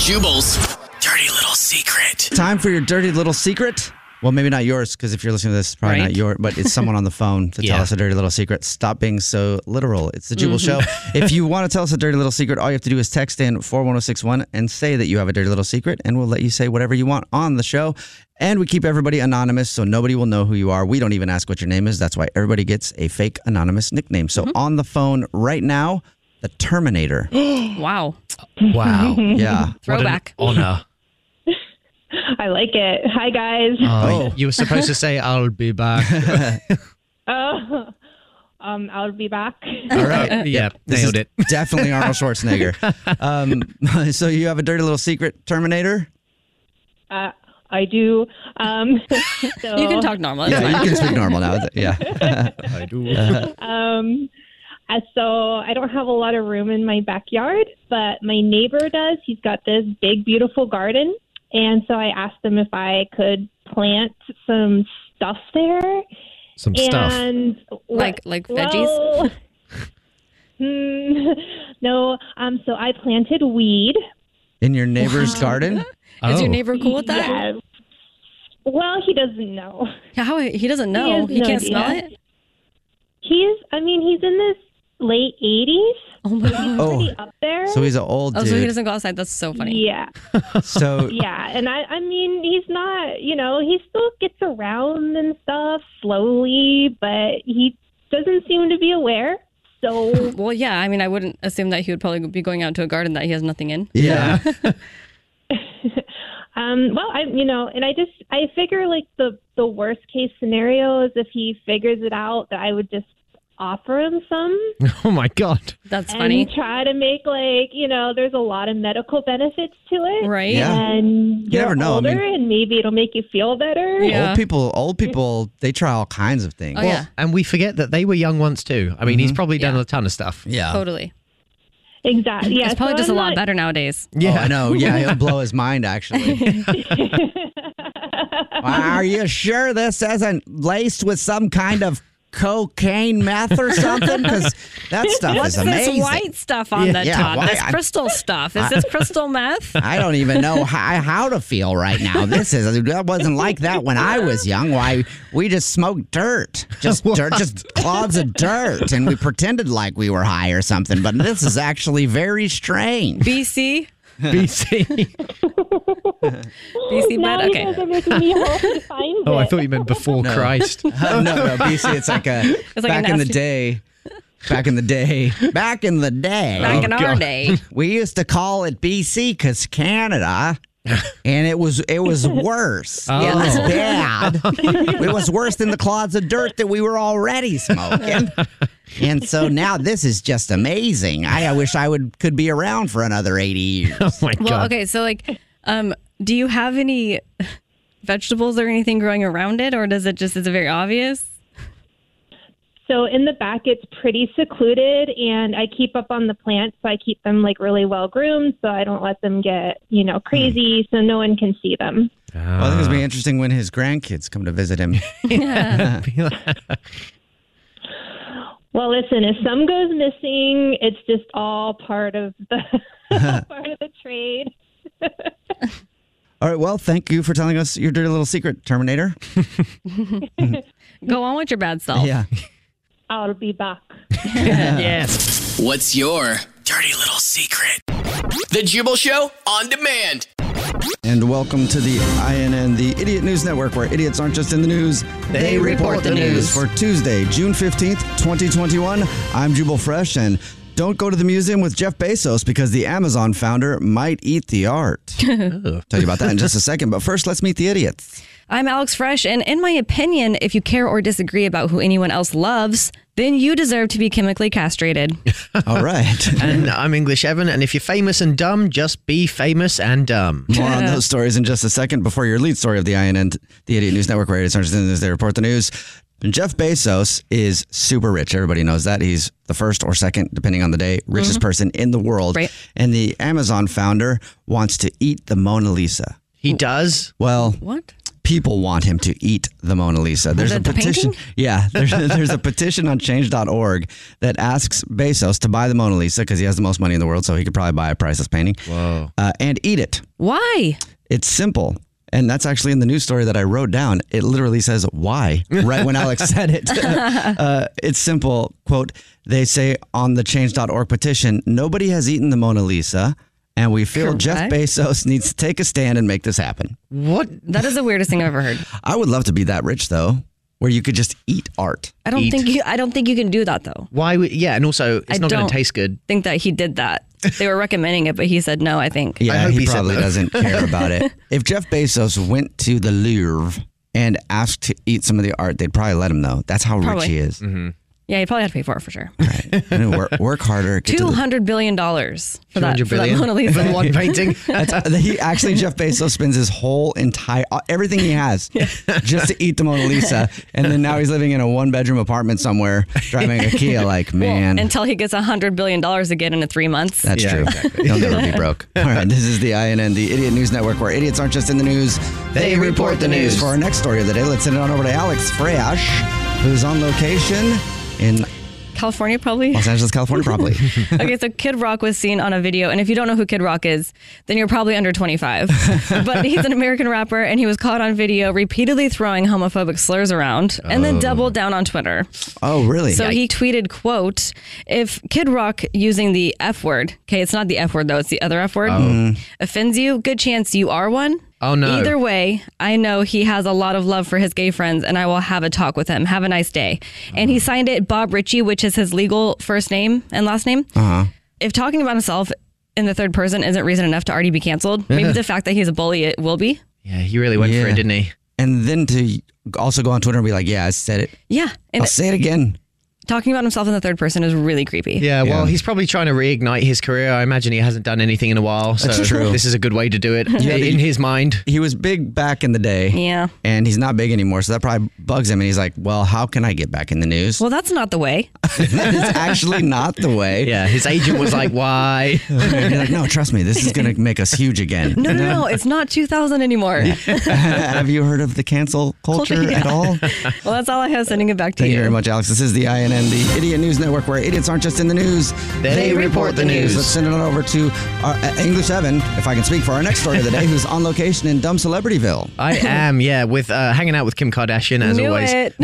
Speaker 6: Jubal's dirty little secret.
Speaker 2: Time for your dirty little secret. Well, maybe not yours, because if you're listening to this, it's probably
Speaker 6: Right.
Speaker 2: not yours, but it's someone on the phone to
Speaker 6: Yeah.
Speaker 2: tell us a dirty little secret. Stop being so literal. It's the Jubal
Speaker 6: Mhm.
Speaker 2: Show. If you want to tell us a dirty little secret, all you have to do is text in 41061 and say that you have a dirty little secret, and we'll let you say whatever you want on the show. And we keep everybody anonymous, so nobody will know who you are. We don't even ask what your name is. That's why everybody gets a fake anonymous nickname. So
Speaker 6: Mm-hmm.
Speaker 2: on the phone right now, the Terminator.
Speaker 5: wow.
Speaker 12: Wow.
Speaker 2: Yeah.
Speaker 5: Throwback.
Speaker 12: Honor.
Speaker 11: I like it. Hi guys.
Speaker 2: Oh.
Speaker 4: Oh, You were supposed to say, I'll be back.
Speaker 11: Oh, um, I'll be back.
Speaker 2: All right.
Speaker 4: Yeah,
Speaker 2: This
Speaker 4: nailed
Speaker 2: is
Speaker 4: it.
Speaker 2: Definitely Arnold Schwarzenegger. um, so you have a dirty little secret, Terminator.
Speaker 11: Uh, I do. Um, so,
Speaker 5: You can talk normal.
Speaker 2: yeah, you can speak normal now. Yeah. I
Speaker 12: do.
Speaker 11: Um, uh, so I don't have a lot of room in my backyard, but my neighbor does. He's got this big, beautiful garden, and so I asked him if I could plant some stuff there.
Speaker 12: Some stuff.
Speaker 11: and
Speaker 5: Like- like veggies?
Speaker 11: well, hmm, no, um. So I planted weed.
Speaker 2: In your neighbor's garden.
Speaker 5: Is
Speaker 2: Oh.
Speaker 5: your neighbor cool with that?
Speaker 11: Yes. Well, he doesn't know.
Speaker 5: How he doesn't know?
Speaker 11: has
Speaker 5: He,
Speaker 11: no
Speaker 5: can't
Speaker 11: idea.
Speaker 5: smell it.
Speaker 11: He's. I mean, he's in his late eighties.
Speaker 5: Oh my
Speaker 11: He's
Speaker 2: God.
Speaker 11: pretty up there.
Speaker 2: So he's an old
Speaker 5: Oh,
Speaker 2: dude. Oh.
Speaker 5: so he doesn't go outside. That's so funny.
Speaker 11: Yeah.
Speaker 2: So
Speaker 11: Yeah, and I I mean he's not, you know, he still gets around and stuff slowly, but he doesn't seem to be aware. So
Speaker 5: Well, yeah. I mean, I wouldn't assume that he would probably be going out to a garden that he has nothing in.
Speaker 2: Yeah.
Speaker 11: Um, well, I you know, and I just I figure like the the worst case scenario is if he figures it out that I would just offer him some
Speaker 4: Oh my god.
Speaker 5: That's
Speaker 11: and try to make like you know there's a lot of medical benefits to it
Speaker 5: Right.
Speaker 2: Yeah.
Speaker 11: and
Speaker 2: You
Speaker 11: you're
Speaker 2: never know, I
Speaker 11: older
Speaker 2: mean-
Speaker 11: and maybe it'll make you feel better
Speaker 2: Old people, old people, they try all kinds of things. Mm-hmm.
Speaker 11: Oh, yeah.
Speaker 4: And we forget that they were young once too. I mean, he's probably done a ton of stuff.
Speaker 2: Yeah.
Speaker 5: Totally.
Speaker 11: Exactly. Yeah.
Speaker 5: It's probably
Speaker 11: so
Speaker 5: just a
Speaker 11: I'm
Speaker 5: lot
Speaker 11: not-
Speaker 5: better nowadays.
Speaker 2: Yeah, Oh, I know. Yeah, it'll blow his mind. Actually, are you sure this isn't laced with some kind of cocaine meth or something? Because that stuff
Speaker 5: What's
Speaker 2: is amazing.
Speaker 5: this white stuff on
Speaker 2: Yeah,
Speaker 5: the
Speaker 2: yeah,
Speaker 5: top?
Speaker 2: why-
Speaker 5: That's
Speaker 2: I-
Speaker 5: crystal stuff. Is
Speaker 2: I-
Speaker 5: this crystal meth?
Speaker 2: I don't even know how, how to feel right now. This is that wasn't like that when I was young. Why we just smoked dirt, just dirt, just clods of dirt, and we pretended like we were high or something. But this is actually very strange.
Speaker 5: BC.
Speaker 4: BC.
Speaker 5: BC
Speaker 11: now
Speaker 5: meth.
Speaker 11: you
Speaker 5: Okay.
Speaker 11: guys are making me hope to find
Speaker 4: Oh, I
Speaker 11: it.
Speaker 4: thought you meant before Christ.
Speaker 2: no, no, BC. It's like a
Speaker 5: It's like a
Speaker 2: back in the
Speaker 5: nasty-
Speaker 2: day. Back in the day. Back in the day.
Speaker 5: Back in Oh, our God. day.
Speaker 2: We used to call it BC because Canada. And it was it was worse. It was
Speaker 4: Oh.
Speaker 2: bad. it was worse than the clods of dirt that we were already smoking. And so now this is just amazing. I, I wish I would could be around for another eighty years. Oh
Speaker 4: my
Speaker 5: Well, okay. So, like, um, do you have any vegetables or anything growing around it, or does it just is it very obvious?
Speaker 11: So in the back, it's pretty secluded, and I keep up on the plants, so I keep them like really well groomed, so I don't let them get you
Speaker 2: Hmm.
Speaker 11: know crazy, so no one can see them.
Speaker 2: Well, I think
Speaker 4: Ah.
Speaker 2: it's gonna be interesting when his grandkids come to visit him.
Speaker 11: Well, listen, if some goes missing, it's just all part of the part of the trade.
Speaker 2: All right. Well, thank you for telling us your dirty little secret, Terminator.
Speaker 5: Go on with your bad
Speaker 6: Oh.
Speaker 5: self.
Speaker 2: Yeah.
Speaker 11: I'll be back.
Speaker 6: yes. What's your dirty little secret? The Jubal Show on demand.
Speaker 2: And welcome to the INN, the Idiot News Network, where idiots aren't just in the news,
Speaker 6: They report the news.
Speaker 2: For Tuesday, June 15th, 2021, I'm Jubal Fresh, and don't go to the museum with Jeff Bezos because the Amazon founder might eat the art. Tell you about that in just a second, but first, let's meet the idiots.
Speaker 5: I'm Alex Fresh, and in my opinion, if you care or disagree about who anyone else loves, then you deserve to be chemically castrated.
Speaker 2: All right.
Speaker 4: and I'm English Evan, and if you're famous and dumb, just be famous and dumb.
Speaker 2: More on those stories in just a second. Before your lead story of the INN, the Idiot News Network, where idiots aren't just in the news, they report the news. Jeff Bezos is super rich. Everybody knows that. He's the first or second, depending on the day, richest person in the world.
Speaker 5: Mm-hmm. Right.
Speaker 2: And the Amazon founder wants to eat the Mona Lisa.
Speaker 4: He does?
Speaker 2: Well,
Speaker 5: What?
Speaker 2: people want him to eat the Mona Lisa. There's
Speaker 5: that
Speaker 2: a
Speaker 5: the
Speaker 2: petition.
Speaker 5: painting?
Speaker 2: yeah, there's, there's a petition on change.org that asks Bezos to buy the Mona Lisa because he has the most money in the world, so he could probably buy a priceless painting. Whoa. Uh, and eat it.
Speaker 5: Why?
Speaker 2: It's simple. And that's actually in the news story that I wrote down. It literally says why right when Alex said it. uh, it's simple. Quote They say on the change.org petition, nobody has eaten the Mona Lisa, and we feel Jeff
Speaker 5: Correct.
Speaker 2: Bezos needs to take a stand and make this happen.
Speaker 4: What?
Speaker 5: That is the weirdest thing I've ever heard.
Speaker 2: I would love to be that rich, though, where you could just eat art.
Speaker 5: I don't
Speaker 4: Eat.
Speaker 5: think you. I don't think you can do that though.
Speaker 4: Why would, yeah, and also, it's
Speaker 5: I
Speaker 4: not going
Speaker 5: don't-
Speaker 4: to taste good.
Speaker 5: Think that he did that. They were recommending it, but he said no. I think.
Speaker 4: I
Speaker 2: Yeah,
Speaker 4: hope
Speaker 2: he,
Speaker 4: he said
Speaker 2: probably
Speaker 4: no.
Speaker 2: doesn't care about it. If Jeff Bezos went to the Louvre and asked to eat some of the art, they'd probably let him know. That's how rich
Speaker 5: Probably.
Speaker 2: he is.
Speaker 4: Mm-hmm.
Speaker 5: Yeah, he probably had to pay for it for sure.
Speaker 2: And work, work harder. Get to
Speaker 5: Two
Speaker 2: the
Speaker 5: hundred billion dollars for that, for
Speaker 4: 200
Speaker 5: that
Speaker 4: billion
Speaker 5: Mona Lisa.
Speaker 4: for one painting.
Speaker 2: That's, uh, he actually Jeff Bezos spends his whole entire uh, everything he has just to eat the Mona Lisa, and then now he's living in a one bedroom apartment somewhere, driving a Kia. Like man,
Speaker 5: until he gets $100 billion again in three months.
Speaker 2: that's
Speaker 4: Yeah,
Speaker 2: true.
Speaker 4: exactly.
Speaker 2: He'll never be broke. All right, this is the INN, the Idiot News Network, where idiots aren't just in the news;
Speaker 4: They report the news.
Speaker 2: For our next story of the day, let's send it on over to Alex Freyash, who's on location in
Speaker 5: California, probably.
Speaker 2: Los Angeles, California, probably.
Speaker 5: okay, so Kid Rock was seen on a video. And if you don't know who Kid Rock is, then you're probably under 25. but he's an American rapper, and he was caught on video repeatedly throwing homophobic slurs around and then doubled down on Twitter.
Speaker 2: oh, really?
Speaker 5: So he tweeted, quote, if Kid Rock using the F word, okay, it's not the F word though, it's the other F word,
Speaker 2: Oh.
Speaker 5: offends you, good chance you are one.
Speaker 4: Oh, no.
Speaker 5: Either way, I know he has a lot of love for his gay friends and I will have a talk with him. Have a nice day. And he signed it Bob Ritchie, which is his legal first name and last name.
Speaker 2: Uh huh.
Speaker 5: If talking about himself in the third person isn't reason enough to already be canceled.
Speaker 2: Yeah.
Speaker 5: Maybe the fact that he's a bully, it will be.
Speaker 2: Yeah, he really went for it, didn't he? And then to also go on Twitter and be like, "Yeah, I said it."
Speaker 5: Yeah.
Speaker 2: I'll say it again.
Speaker 5: Talking about himself in the third person is really creepy.
Speaker 4: Yeah, well, he's probably trying to reignite his career. I imagine he hasn't done anything in a while, so
Speaker 2: That's true.
Speaker 4: this is a good way to do it.
Speaker 2: Yeah,
Speaker 4: in his mind,
Speaker 2: he was big back in the day.
Speaker 5: Yeah.
Speaker 2: and he's not big anymore, so that probably bugs him. And he's like, "Well, how can I get back in the news?"
Speaker 5: Well, that's not the way.
Speaker 2: that is actually not the way. Yeah,
Speaker 4: his agent was like, "Why?"
Speaker 2: He's like, "No, trust me, this is going to make us huge again."
Speaker 5: No, no, no. It's not 2000 anymore.
Speaker 2: Have you heard of the cancel culture
Speaker 5: Culture, yeah.
Speaker 2: at all?
Speaker 5: well, that's all I have. Sending it back to
Speaker 2: Thank you
Speaker 5: you.
Speaker 2: very much, Alex. This is the INN, the Idiot News Network, where idiots aren't just in the news,
Speaker 4: They report the news.
Speaker 2: Let's send it on over to our, uh, English Evan, if I can speak for our next story of the day, who's on location in Dumb Celebrityville.
Speaker 4: I am, yeah, with uh, hanging out with Kim Kardashian as
Speaker 2: Knew
Speaker 4: always.
Speaker 2: it.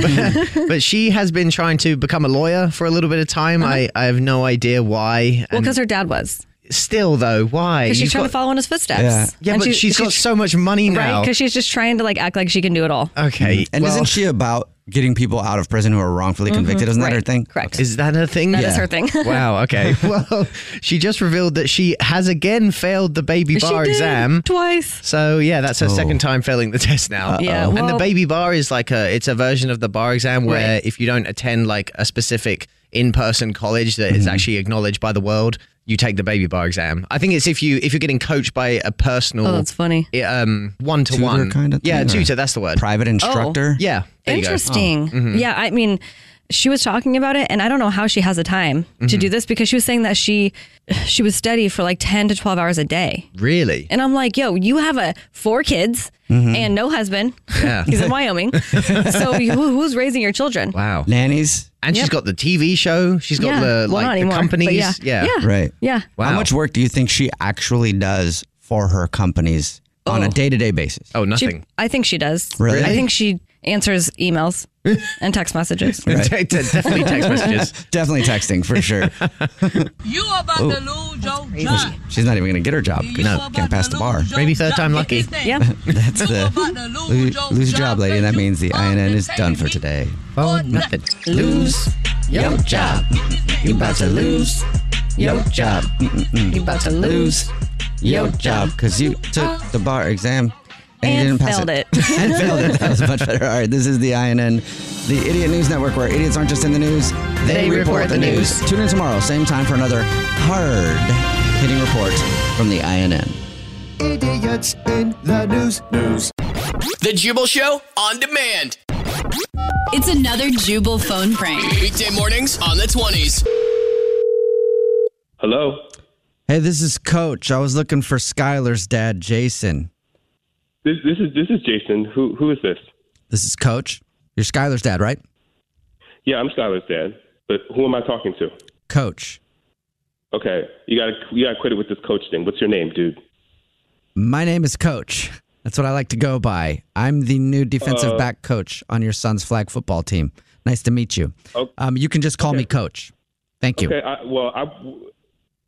Speaker 4: But, but she has been trying to become a lawyer for a little bit of time. I, I have no idea why.
Speaker 5: Uh-huh. Well,
Speaker 4: and-
Speaker 5: because her dad was.
Speaker 4: still though, why?
Speaker 5: Because she's
Speaker 4: You've
Speaker 5: trying
Speaker 4: got-
Speaker 5: to follow in his footsteps.
Speaker 4: Yeah, yeah,
Speaker 5: And
Speaker 4: but she's got so much money now.
Speaker 5: Right? Because she's just trying to like act like she can do it all.
Speaker 4: Okay.
Speaker 2: Mm-hmm.
Speaker 4: Mm-hmm.
Speaker 2: And
Speaker 5: well-
Speaker 2: isn't she about getting people out of prison who are wrongfully
Speaker 5: Mhm,
Speaker 2: convicted? Isn't that her
Speaker 5: right,
Speaker 2: thing?
Speaker 5: Correct.
Speaker 4: Is that her thing?
Speaker 5: That
Speaker 4: That
Speaker 5: is
Speaker 4: is
Speaker 5: her thing.
Speaker 4: wow. Okay. Well, she just revealed that she has again failed the baby
Speaker 5: She
Speaker 4: bar
Speaker 5: did,
Speaker 4: exam
Speaker 5: twice.
Speaker 4: So yeah, that's her second
Speaker 2: Oh.
Speaker 4: time failing the test now.
Speaker 5: Yeah, Uh-oh.
Speaker 4: and the
Speaker 5: well-
Speaker 4: baby bar is like a it's a version of the bar exam where
Speaker 5: Right.
Speaker 4: if you don't attend like a specific in-person college that is
Speaker 2: Mm-hmm.
Speaker 4: actually acknowledged by the world, you take the baby bar exam. I think it's if you if you're getting coached by a personal.
Speaker 5: Oh, that's funny.
Speaker 4: i- um, one to
Speaker 2: Tutor
Speaker 4: one
Speaker 2: kind of
Speaker 4: Yeah,
Speaker 2: thing, or
Speaker 4: tutor. That's the word.
Speaker 2: Private instructor?
Speaker 4: oh, Yeah. there you go.
Speaker 5: Oh, Interesting.
Speaker 4: Mhm.
Speaker 5: Yeah, I mean, she was talking about it, and I don't know how she has the time to
Speaker 4: Mhm.
Speaker 5: do this because she was saying that she she would study for like ten to twelve hours a day.
Speaker 4: Really?
Speaker 5: And I'm like, yo, you have a four kids
Speaker 2: Mhm.
Speaker 5: and no husband.
Speaker 4: Yeah.
Speaker 5: He's in Wyoming, so who, who's raising your children?
Speaker 4: Wow.
Speaker 2: Nannies.
Speaker 4: And she's
Speaker 5: Yep.
Speaker 4: got the TV show. She's got
Speaker 5: Yeah.
Speaker 4: the
Speaker 5: Well,
Speaker 4: like
Speaker 5: not
Speaker 4: the
Speaker 5: anymore, but
Speaker 4: companies.
Speaker 5: yeah. Yeah.
Speaker 2: Right.
Speaker 5: Yeah.
Speaker 2: How much work do you think she actually does for her companies on a day to day basis?
Speaker 4: Oh,
Speaker 5: She- I think she does.
Speaker 2: Really?
Speaker 5: I think she answers emails and text messages.
Speaker 2: Definitely
Speaker 4: text messages.
Speaker 2: Definitely texting for sure.
Speaker 13: You about
Speaker 2: Oh.
Speaker 13: to lose your job.
Speaker 2: She's not even going to get her job. No, can't pass the bar.
Speaker 4: Maybe third time lucky.
Speaker 5: Yeah.
Speaker 2: That's the lose, lose your job, lady. That means the INN is done for today.
Speaker 4: Oh, nothing.
Speaker 2: Lose
Speaker 14: your job.
Speaker 2: You about to lose your job. You about to lose your job because you took the bar exam and, you
Speaker 5: And
Speaker 2: didn't pass
Speaker 5: failed
Speaker 2: it.
Speaker 5: it.
Speaker 2: and failed it. That was much better. All right, this is the INN, the Idiot News Network, where idiots aren't just in the news, they, report, the news. Tune in tomorrow, same time, for another hard hitting report from the INN.
Speaker 15: Idiots in the news. News.
Speaker 6: The Jubal Show on demand.
Speaker 7: It's another Jubal phone prank.
Speaker 6: Weekday mornings on the 20s.
Speaker 16: Hello.
Speaker 2: Hey, this is Coach. I was looking for Skylar's dad, Jason.
Speaker 16: This, this is this is Jason. Who who is this?
Speaker 2: This is Coach. You're Skylar's dad, right?
Speaker 16: Yeah, I'm Skylar's dad. But who am I talking to?
Speaker 2: Coach.
Speaker 16: Okay, you gotta you gotta quit it with this coach thing. What's your name, dude?
Speaker 2: My name is Coach. That's what I like to go by. I'm the new defensive
Speaker 16: Uh,
Speaker 2: back coach on your son's flag football team. Nice to meet you. Um, you can just call me Coach. Thank you.
Speaker 16: Okay. I, well, I,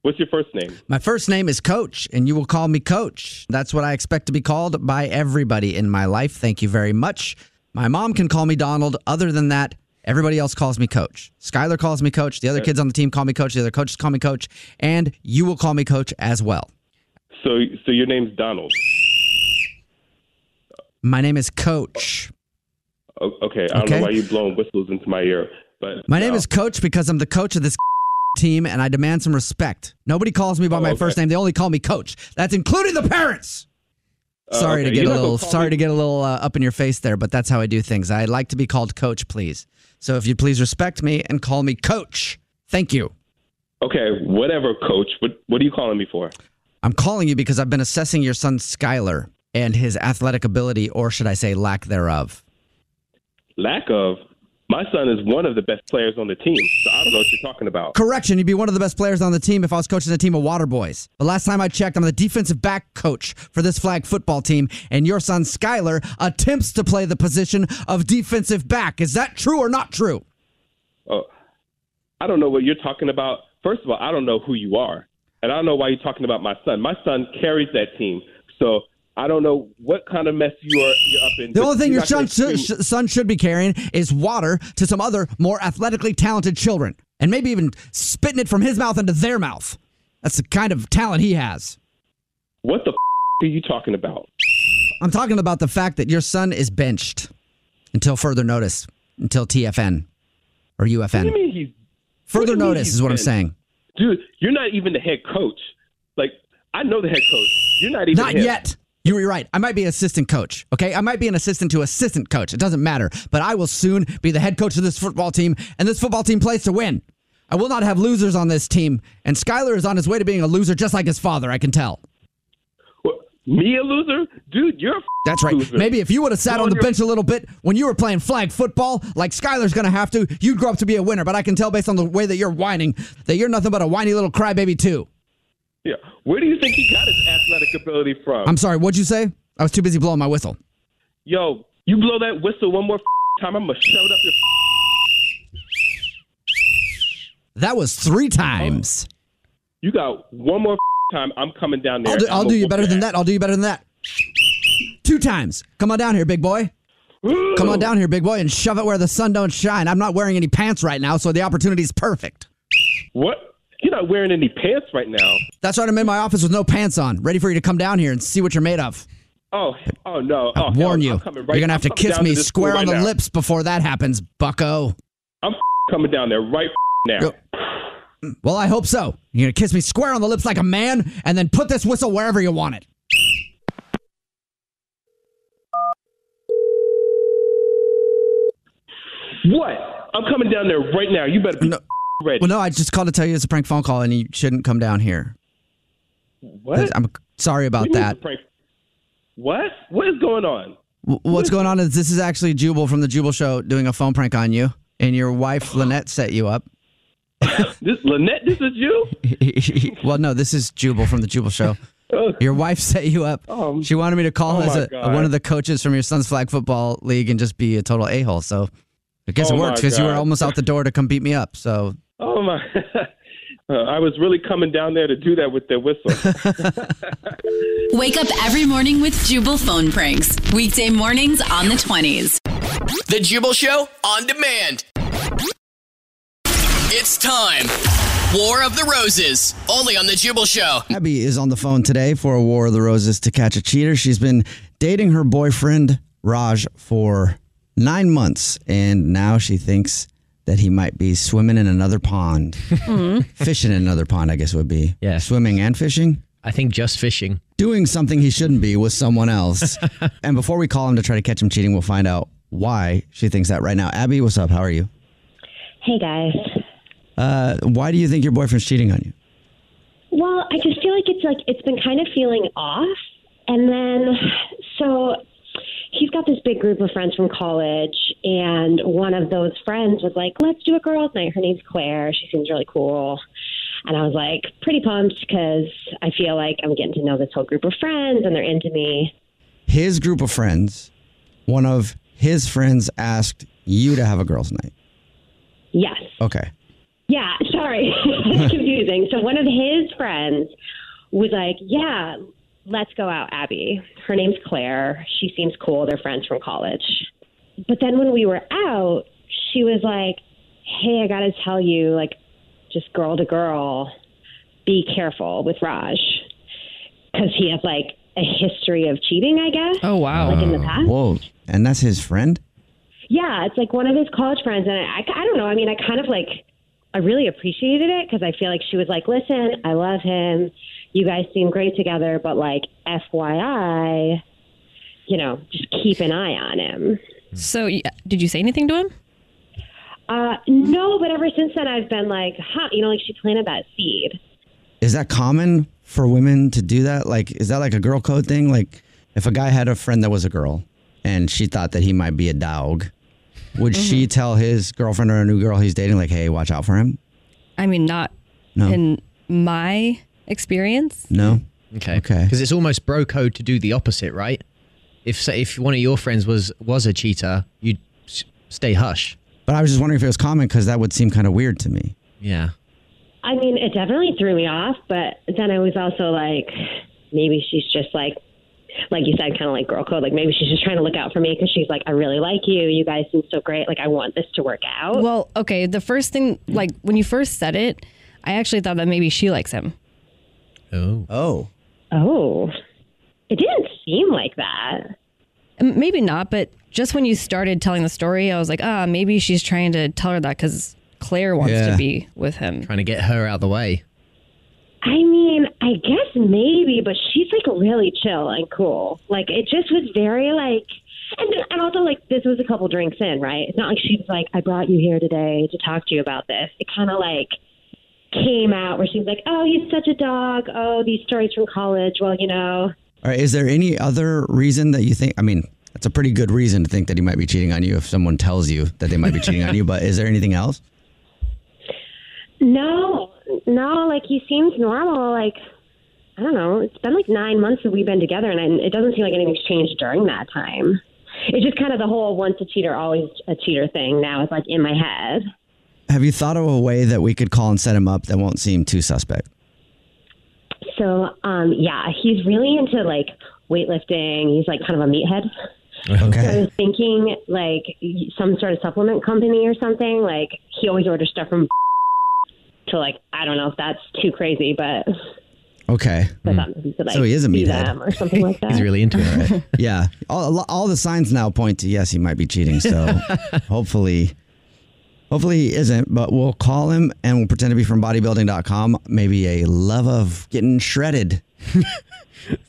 Speaker 16: what's your first name?
Speaker 2: My first name is Coach, and you will call me Coach. That's what I expect to be called by everybody in my life. Thank you very much. My mom can call me Donald. Other than that, everybody else calls me Coach. Skylar calls me Coach. The other kids on the team call me Coach. The other coaches call me Coach. And you will call me Coach as well.
Speaker 16: So so your name's Donald.
Speaker 2: My name is Coach.
Speaker 16: O- Okay. I don't
Speaker 2: Okay.
Speaker 16: know why you blowing whistles into my ear, but
Speaker 2: My name is Coach because I'm the coach of this team, and I demand some respect. Nobody calls me by
Speaker 16: Oh,
Speaker 2: my first name; they only call me Coach. That's including the parents.
Speaker 16: Uh,
Speaker 2: Sorry
Speaker 16: okay.
Speaker 2: to get
Speaker 16: You're
Speaker 2: a
Speaker 16: not gonna
Speaker 2: little
Speaker 16: call
Speaker 2: sorry
Speaker 16: me-
Speaker 2: to get a little uh, up in your face there, but that's how I do things. I like to be called Coach, please. So if you'd please respect me and call me Coach, thank you.
Speaker 16: okay. Whatever, coach. What what are you calling me for?
Speaker 2: I'm calling you because I've been assessing your son Skylar and his athletic ability, or should I say, lack thereof.
Speaker 16: Lack of. My son is one of the best players on the team, so I don't know what you're talking about.
Speaker 2: Correction, you'd be one of the best players on the team if I was coaching a team of water boys. But last time I checked, I'm the defensive back coach for this flag football team, and your son Skylar attempts to play the position of defensive back. Is that true or not true?
Speaker 16: Oh, I don't know what you're talking about. First of all, I don't know who you are, and I don't know why you're talking about my son. My son carries that team, so I don't know what kind of mess you are you're up in.
Speaker 2: The
Speaker 16: but
Speaker 2: only thing
Speaker 16: you're
Speaker 2: your
Speaker 16: not gonna
Speaker 2: son, should-
Speaker 16: excuse-
Speaker 2: sh- son should be carrying is water to some other more athletically talented children, and maybe even spitting it from his mouth into their mouth. That's the kind of talent he has.
Speaker 16: What the f- are you talking about?
Speaker 2: I'm talking about the fact that your son is benched until further notice, until TFN or UFN.
Speaker 16: What do you mean he's what do
Speaker 2: Further
Speaker 16: you mean
Speaker 2: notice
Speaker 16: he's
Speaker 2: is what I'm
Speaker 16: benched?
Speaker 2: saying.
Speaker 16: Dude, you're not even the head coach. Like, I know the head coach. You're not even
Speaker 2: Not
Speaker 16: him.
Speaker 2: yet. You were right. I might be an assistant coach. Okay. I might be an assistant to assistant coach. It doesn't matter. But I will soon be the head coach of this football team, and this football team plays to win. I will not have losers on this team, and Skyler is on his way to being a loser just like his father, I can tell.
Speaker 16: Me a loser? Dude, you're a f-
Speaker 2: That's right.
Speaker 16: loser.
Speaker 2: Maybe if you would have sat
Speaker 16: Go
Speaker 2: on the
Speaker 16: your-
Speaker 2: bench a little bit when you were playing flag football, like Skylar's going to have to, you'd grow up to be a winner. But I can tell based on the way that you're whining that you're nothing but a whiny little crybaby, too.
Speaker 16: Yeah. Where do you think he got his athletic ability from?
Speaker 2: I'm sorry. What'd you say? I was too busy blowing my whistle.
Speaker 16: Yo, you blow that whistle one more f- time, I'm gonna shove it up your. F-
Speaker 2: That was three times.
Speaker 16: you got one more f- time, I'm coming down there.
Speaker 2: I'll do,
Speaker 16: I'm
Speaker 2: I'll
Speaker 16: gonna
Speaker 2: do you
Speaker 16: whoop
Speaker 2: better
Speaker 16: your
Speaker 2: than
Speaker 16: ass.
Speaker 2: that. I'll do you better than that. Two times. Come on down here, big boy. Come on down here, big boy, and shove it where the sun don't shine. I'm not wearing any pants right now, so the opportunity is perfect.
Speaker 16: What? You're not wearing any pants right now.
Speaker 2: That's right. I'm in my office with no pants on, ready for you to come down here and see what you're made of.
Speaker 16: Oh, oh no!
Speaker 2: I
Speaker 16: Oh,
Speaker 2: warn
Speaker 16: hell,
Speaker 2: you,
Speaker 16: I'm coming right-
Speaker 2: you're gonna have
Speaker 16: I'm
Speaker 2: to
Speaker 16: coming
Speaker 2: kiss
Speaker 16: down
Speaker 2: me
Speaker 16: this
Speaker 2: square
Speaker 16: school
Speaker 2: on the
Speaker 16: right now.
Speaker 2: lips before that happens, Bucko.
Speaker 16: I'm f- coming down there right f- now.
Speaker 2: Well, I hope so. You're gonna kiss me square on the lips like a man, and then put this whistle wherever you want it.
Speaker 16: What? I'm coming down there right now. You better be f- ready.
Speaker 2: Well, no, I just called to tell you it's a prank phone call, and you shouldn't come down here.
Speaker 16: What?
Speaker 2: I'm sorry
Speaker 16: What
Speaker 2: about
Speaker 16: do you mean
Speaker 2: that.
Speaker 16: it's a prank? What? What is going on?
Speaker 2: W- What's going on is this is actually Jubal from the Jubal Show doing a phone prank on you, and your wife Lynette set you up.
Speaker 16: This Lynette, this is you.
Speaker 2: well, no, this is Jubal from the Jubal Show. Your wife set you up.
Speaker 16: Um,
Speaker 2: she wanted me to call
Speaker 16: oh
Speaker 2: as
Speaker 16: my
Speaker 2: a,
Speaker 16: God.
Speaker 2: one of the coaches from your son's flag football league and just be a total a hole. So I guess
Speaker 16: Oh
Speaker 2: it
Speaker 16: my
Speaker 2: worked because you were
Speaker 16: God.
Speaker 2: almost out the door to come beat me up. So
Speaker 16: Oh my! Uh, I was really coming down there to do that with the whistle.
Speaker 7: Wake up every morning with Jubal phone pranks. Weekday mornings on the 20s.
Speaker 6: The Jubal Show on demand. It's time. War of the Roses, only on The Jubal Show.
Speaker 2: Abby is on the phone today for a War of the Roses to catch a cheater. She's been dating her boyfriend Raj for nine months, and now she thinks that he might be swimming in another pond, fishing in another pond. I guess would be yeah, swimming and fishing.
Speaker 4: I think just fishing.
Speaker 2: Doing something he shouldn't be with someone else. and before we call him to try to catch him cheating, we'll find out why she thinks that right now. Abby, what's up? How are you?
Speaker 14: Hey guys.
Speaker 2: Uh, why do you think your boyfriend's cheating on you?
Speaker 14: Well, I just feel like it's like it's been kind of feeling off, and then so he's got this big group of friends from college, and one of those friends was like, "Let's do a girls' night." Her name's Claire. She seems really cool, and I was like pretty pumped because I feel like I'm getting to know this whole group of friends, and they're into me.
Speaker 2: his group of friends, one of his friends asked you to have a girls' night.
Speaker 14: Yes.
Speaker 2: Okay.
Speaker 14: Yeah, sorry. It's confusing. So one of his friends was like, Yeah, let's go out, Abby. Her name's Claire. She seems cool. They're friends from college. But then when we were out, she was like, Hey, I got to tell you, like, just girl to girl, be careful with Raj. Because he has, like, a history of cheating, I guess. Oh, wow. Like in the past.
Speaker 2: Whoa. And that's his friend?
Speaker 14: Yeah, it's like one of his college friends, and I, I, I don't know. I mean, I kind of like, I really appreciated it because I feel like she was like, "Listen, I love him. You guys seem great together, but like, FYI, you know, just keep an eye on him."
Speaker 5: So, y- did you say anything to him?
Speaker 14: Uh, no, but ever since then, I've been like, "Huh," you know, like she planted that seed.
Speaker 2: Is that common for women to do that? Like, is that like a girl code thing? Like, if a guy had a friend that was a girl and she thought that he might be a dog, would she tell his girlfriend or a new girl he's dating, like, hey, watch out for him?
Speaker 5: I mean, not
Speaker 2: No.
Speaker 5: in my experience.
Speaker 2: No.
Speaker 4: Okay. Okay. Because it's almost bro code to do the opposite, right? If say, if one of your friends was was a cheater, you'd s- stay hush.
Speaker 2: But I was just wondering if it was common because that would seem kind of weird to me.
Speaker 4: Yeah.
Speaker 14: I mean, it definitely threw me off, but then I was also like, maybe she's just like, like you said, kind of like girl code. Like maybe she's just trying to look out for me because she's like, I really like you. You guys seem so great. Like I want this to work out.
Speaker 5: Well, okay. The first thing, like when you first said it, I actually thought that maybe she likes him.
Speaker 12: Oh.
Speaker 2: Oh.
Speaker 14: Oh. It didn't seem like that.
Speaker 5: M- Maybe not, but just when you started telling the story, I was like, ah, maybe she's trying to tell her that because Claire wants
Speaker 4: Yeah.
Speaker 5: to be with him.
Speaker 4: Trying to get her out of the way.
Speaker 14: I mean, I guess maybe, but she's like really chill and cool. Like it just was very like, and and also like this was a couple drinks in, right? It's not like she was like, I brought you here today to talk to you about this. It kind of like came out where she was like, oh, he's such a dog. Oh, these stories from college. Well, you know,
Speaker 2: All right, is there any other reason that you think? I mean, that's a pretty good reason to think that he might be cheating on you if someone tells you that they might be cheating on you. But is there anything else?
Speaker 14: no, no, like he seems normal. Like I don't know. It's been like nine months that we've been together, and I, it doesn't seem like anything's changed during that time. It's just kind of the whole once a cheater, always a cheater thing now is like in my head.
Speaker 2: Have you thought of a way that we could call and set him up that won't seem too suspect?
Speaker 14: So, um, yeah, he's really into like weightlifting. He's like kind of a meathead. So I
Speaker 2: Okay.
Speaker 14: was thinking like some sort of supplement company or something. Like he always orders stuff from to like I don't know if that's too crazy, but
Speaker 2: Okay.
Speaker 14: I thought maybe you could, like
Speaker 2: Hmm. So he is a
Speaker 14: see
Speaker 2: meathead.
Speaker 14: them or something like that.
Speaker 2: Mm. into it. yeah. All, a lo- all the signs now point to yes, he might be cheating. So hopefully, hopefully he isn't, but we'll call him and we'll pretend to be from bodybuilding.com. Maybe a love of getting shredded.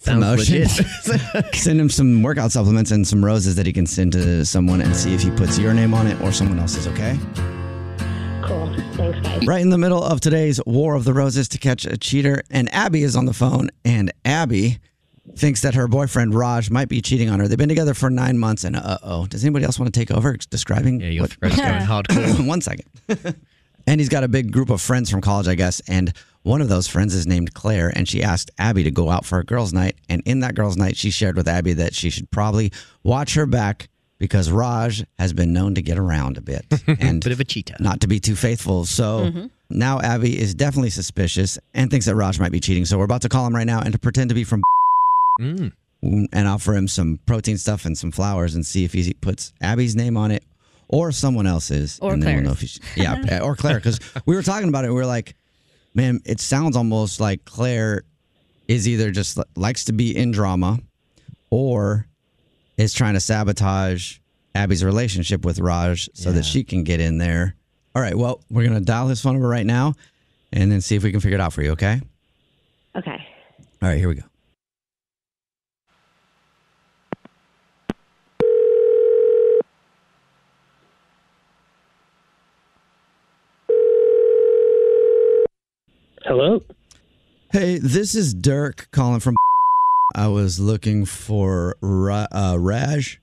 Speaker 2: Promotion. send him some workout supplements and some roses that he can send to someone and see if he puts your name on it or someone else's, okay?
Speaker 14: Cool. Thanks, guys.
Speaker 2: Right in the middle of today's War of the Roses to catch a cheater, and Abby is on the phone, and Abby thinks that her boyfriend Raj might be cheating on her. They've been together for nine months, and uh oh. Does anybody else want to take over describing? Yeah, your
Speaker 4: throat's going hardcore.
Speaker 2: One second. and he's got a big group of friends from college, I guess, and one of those friends is named Claire, and she asked Abby to go out for a girls' night. And in that girls' night, she shared with Abby that she should probably watch her back because Raj has been known to get around a bit and bit of a cheetah, not to be too faithful. So.
Speaker 4: Mhm.
Speaker 2: Now Abby is definitely suspicious and thinks that Raj might be cheating. So we're about to call him right now and to pretend to be from
Speaker 4: Mm.
Speaker 2: and offer him some protein stuff and some flowers and see if he puts Abby's name on it or someone else's.
Speaker 4: Or
Speaker 2: and then we'll
Speaker 4: Claire's.
Speaker 2: know if he's, yeah, or Claire. Because we were talking about it. We were like, man, it sounds almost like Claire is either just li- likes to be in drama or is trying to sabotage Abby's relationship with Raj so that she can get in there. All right. Well, we're going to dial his phone number right now and then see if we can figure it out for you. Okay.
Speaker 14: Okay.
Speaker 2: All right. Here we go.
Speaker 17: Hello.
Speaker 2: Hey, this is Dirk calling from. I was looking for Ra- uh, Raj.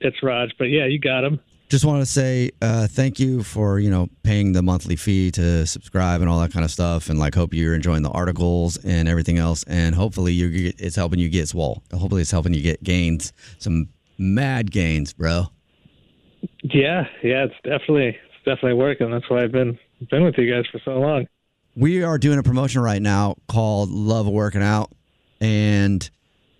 Speaker 17: It's Raj, but yeah, you got him.
Speaker 2: Just want to say uh, thank you for you know paying the monthly fee to subscribe and all that kind of stuff, and like hope you're enjoying the articles and everything else, and hopefully you get, it's helping you get well. Hopefully it's helping you get gains, some mad gains, bro.
Speaker 17: Yeah, yeah, it's definitely it's definitely working. That's why I've been been with you guys for so long.
Speaker 2: We are doing a promotion right now called Love Working Out, and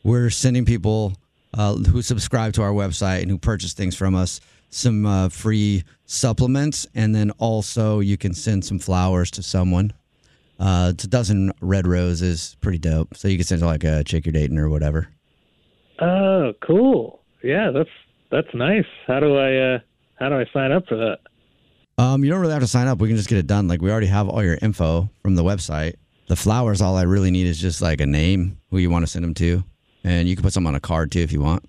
Speaker 2: we're sending people uh, who subscribe to our website and who purchase things from us some uh, free supplements, and then also you can send some flowers to someone. Uh, it's a dozen red roses, pretty dope. So you can send to like a chick you're dating or whatever.
Speaker 17: Oh, cool. Yeah, that's that's nice. How do I uh how do I sign up for that?
Speaker 2: Um, you don't really have to sign up. We can just get it done. Like we already have all your info from the website. The flowers, all I really need is just like a name, who you want to send them to, and you can put some on a card too if you want.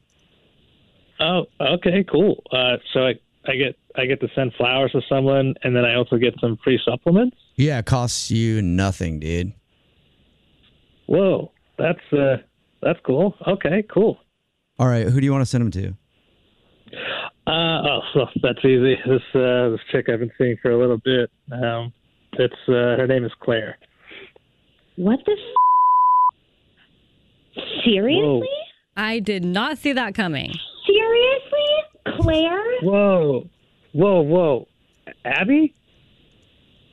Speaker 17: Oh, okay, cool. Uh so I I get I get to send flowers to someone and then I also get some free supplements.
Speaker 2: Yeah, it costs you nothing, dude.
Speaker 17: Whoa. That's uh that's cool. Okay, cool.
Speaker 2: All right, who do you want to send them to?
Speaker 17: Uh, oh, well, that's easy. This uh, this chick I've been seeing for a little bit. Um, it's uh, her name is Claire.
Speaker 14: What the f- seriously?
Speaker 5: I did not see that coming.
Speaker 14: Seriously, Claire?
Speaker 17: Whoa, whoa, whoa, Abby?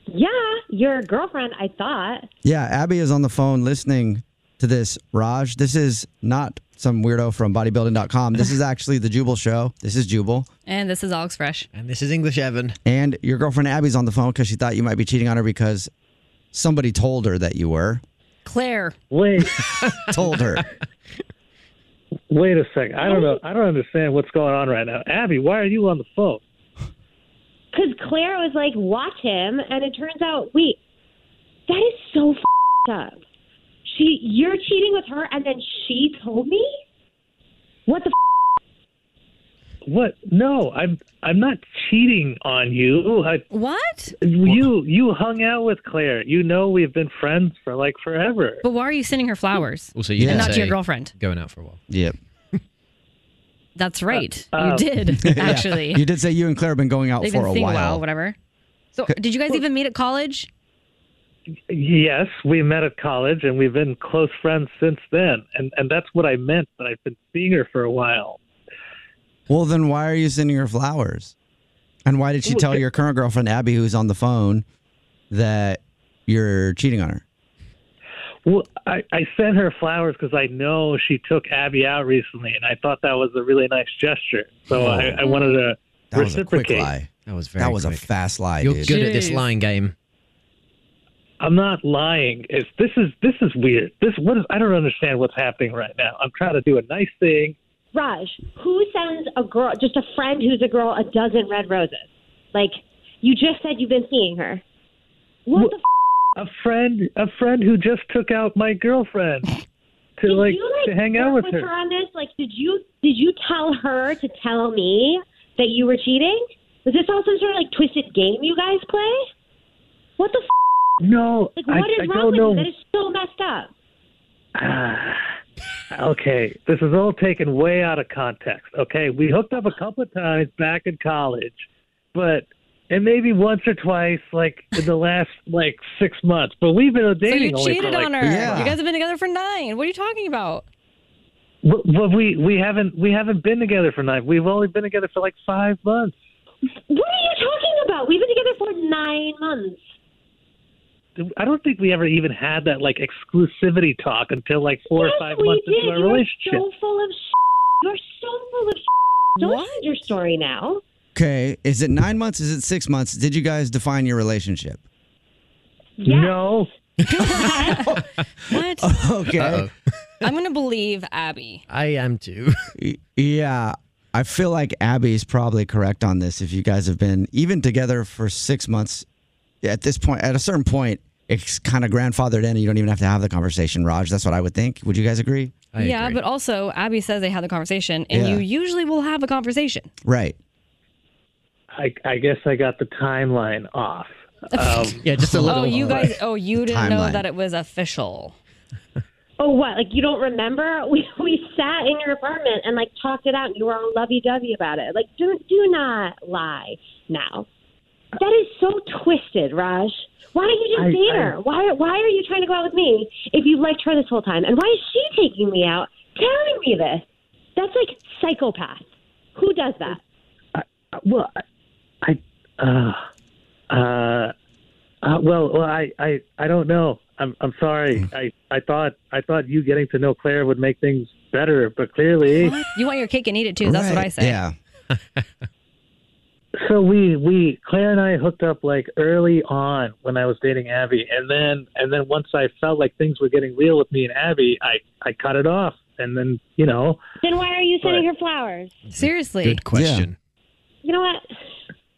Speaker 14: Yeah, your girlfriend. I thought.
Speaker 2: Yeah, Abby is on the phone listening to this, Raj. This is not some weirdo from bodybuilding.com. This is actually the Jubal show. This is Jubal.
Speaker 5: And this is Ox Fresh.
Speaker 2: And this is English Evan. And your girlfriend Abby's on the phone because she thought you might be cheating on her because somebody told her that you were.
Speaker 5: Claire.
Speaker 17: Wait.
Speaker 2: Told her.
Speaker 17: Wait a second. I don't know. I don't understand what's going on right now. Abby, why are you on the phone?
Speaker 14: Because Claire was like, watch him. And it turns out, wait, that is so f- up. She, you're cheating with her, and then she told me? What the f-
Speaker 17: What? No, I'm I'm not cheating on you. I,
Speaker 5: what?
Speaker 17: You you hung out with Claire. You know we've been friends for like forever.
Speaker 5: But why are you sending her flowers?
Speaker 17: oh,
Speaker 12: Also, you
Speaker 5: and
Speaker 12: did
Speaker 5: not to your
Speaker 12: say
Speaker 5: girlfriend.
Speaker 12: Going out for a while.
Speaker 2: Yep.
Speaker 14: Uh,
Speaker 5: That's right.
Speaker 14: oh.
Speaker 2: um,
Speaker 5: you did
Speaker 2: Yeah.
Speaker 5: actually.
Speaker 2: You did say you and Claire have been going out
Speaker 5: They've
Speaker 2: for
Speaker 5: been
Speaker 2: a
Speaker 5: seeing
Speaker 2: while.
Speaker 5: whatever. So,
Speaker 2: C-
Speaker 5: did you guys even meet at college?
Speaker 17: Yes, we met at college and we've been close friends since then. And and that's what I meant, but I've been seeing her for a while.
Speaker 2: Well, then why are you sending her flowers? And why did she
Speaker 17: Well,
Speaker 2: tell
Speaker 17: c-
Speaker 2: your current girlfriend Abby, who's on the phone, that you're cheating on her?
Speaker 17: Well, I, I sent her flowers because I know she took Abby out recently, and I thought that was a really nice gesture. So I, I wanted to
Speaker 2: Oh. That was a
Speaker 17: reciprocate.
Speaker 2: quick lie.
Speaker 12: That was
Speaker 2: That was a fast lie.
Speaker 17: You're
Speaker 2: dude.
Speaker 17: good at this Jeez. lying
Speaker 12: game.
Speaker 17: I'm not lying. It's this is this is weird. This what is I don't understand what's happening right now. I'm trying to do a nice thing.
Speaker 14: Raj, who sends a girl, just a friend who's a girl, a dozen red roses? Like, you just said you've been seeing her. What the f-
Speaker 17: A friend, a friend who just took out my girlfriend to like,
Speaker 14: you, like,
Speaker 17: to hang out
Speaker 14: work
Speaker 17: with her.
Speaker 14: on this? Like, did you did you tell her to tell me that you were cheating? Was this all some sort of like twisted game you guys play? What the? F-
Speaker 17: No,
Speaker 14: like,
Speaker 17: I,
Speaker 14: what is
Speaker 17: I
Speaker 14: wrong
Speaker 17: don't
Speaker 14: with
Speaker 17: know.
Speaker 14: you? That is so messed up.
Speaker 17: Ah, okay, this is all taken way out of context. Okay, we hooked up a couple of times back in college, but and maybe once or twice, like in the last like six months. But we've been
Speaker 5: So you
Speaker 17: dating only for,
Speaker 5: cheated
Speaker 17: like-
Speaker 5: on her. You guys have been together for nine. What are you talking about?
Speaker 17: Well, well, we we haven't we haven't been together for nine. We've only been together for like five months.
Speaker 14: What are you talking about? We've been together for nine months.
Speaker 17: I don't think we ever even had that like exclusivity talk until like four
Speaker 14: yes,
Speaker 17: or five
Speaker 14: we
Speaker 17: months
Speaker 14: did.
Speaker 17: into our
Speaker 14: You're
Speaker 17: relationship.
Speaker 14: so full of. s***. You're so full of. s***. Don't tell your story now.
Speaker 2: Okay. Is it nine months? Is it six months? Did you guys define your relationship?
Speaker 17: No.
Speaker 5: What?
Speaker 2: Okay.
Speaker 5: I'm gonna believe Abby.
Speaker 12: I am too.
Speaker 2: Y- Yeah. I feel like Abby's probably correct on this. If you guys have been even together for six months, at this point, at a certain point, it's kind of grandfathered in and you don't even have to have the conversation, Raj. That's what I would think. Would you guys agree?
Speaker 5: yeah, but also Abby says they had the conversation, and
Speaker 2: Yeah.
Speaker 5: you usually will have a conversation.
Speaker 2: Right.
Speaker 17: I, I guess I got the timeline off. Um,
Speaker 12: yeah, just
Speaker 5: oh, you guys. Oh, you didn't know
Speaker 17: Timeline.
Speaker 5: that it was official.
Speaker 14: Oh, what? Like you don't remember? We we sat in your apartment and like talked it out. and You were all lovey dovey about it. Like do do not lie now. That is so twisted, Raj. Why don't you just
Speaker 10: I-
Speaker 14: date
Speaker 10: I-
Speaker 14: her? Why why are you trying to go out with me if you liked her this whole time? And why is she taking me out, telling me this? That's like psychopath. Who does that?
Speaker 17: well, I, I uh, uh, uh, well, well, I, I, I don't know. I'm, I'm sorry.
Speaker 12: Hmm.
Speaker 17: I, I thought, I thought you getting to know Claire would make things better, but clearly,
Speaker 5: You want your cake and eat it too. That's what I say.
Speaker 2: Yeah.
Speaker 17: so we, we, Claire and I hooked up like early on when I was dating Abby, and then, and then once I felt like things were getting real with me and Abby, I, I cut it off, and then, you know,
Speaker 14: Then why are you sending
Speaker 17: Right.
Speaker 14: her flowers?
Speaker 5: Seriously.
Speaker 12: Good question.
Speaker 14: You know what?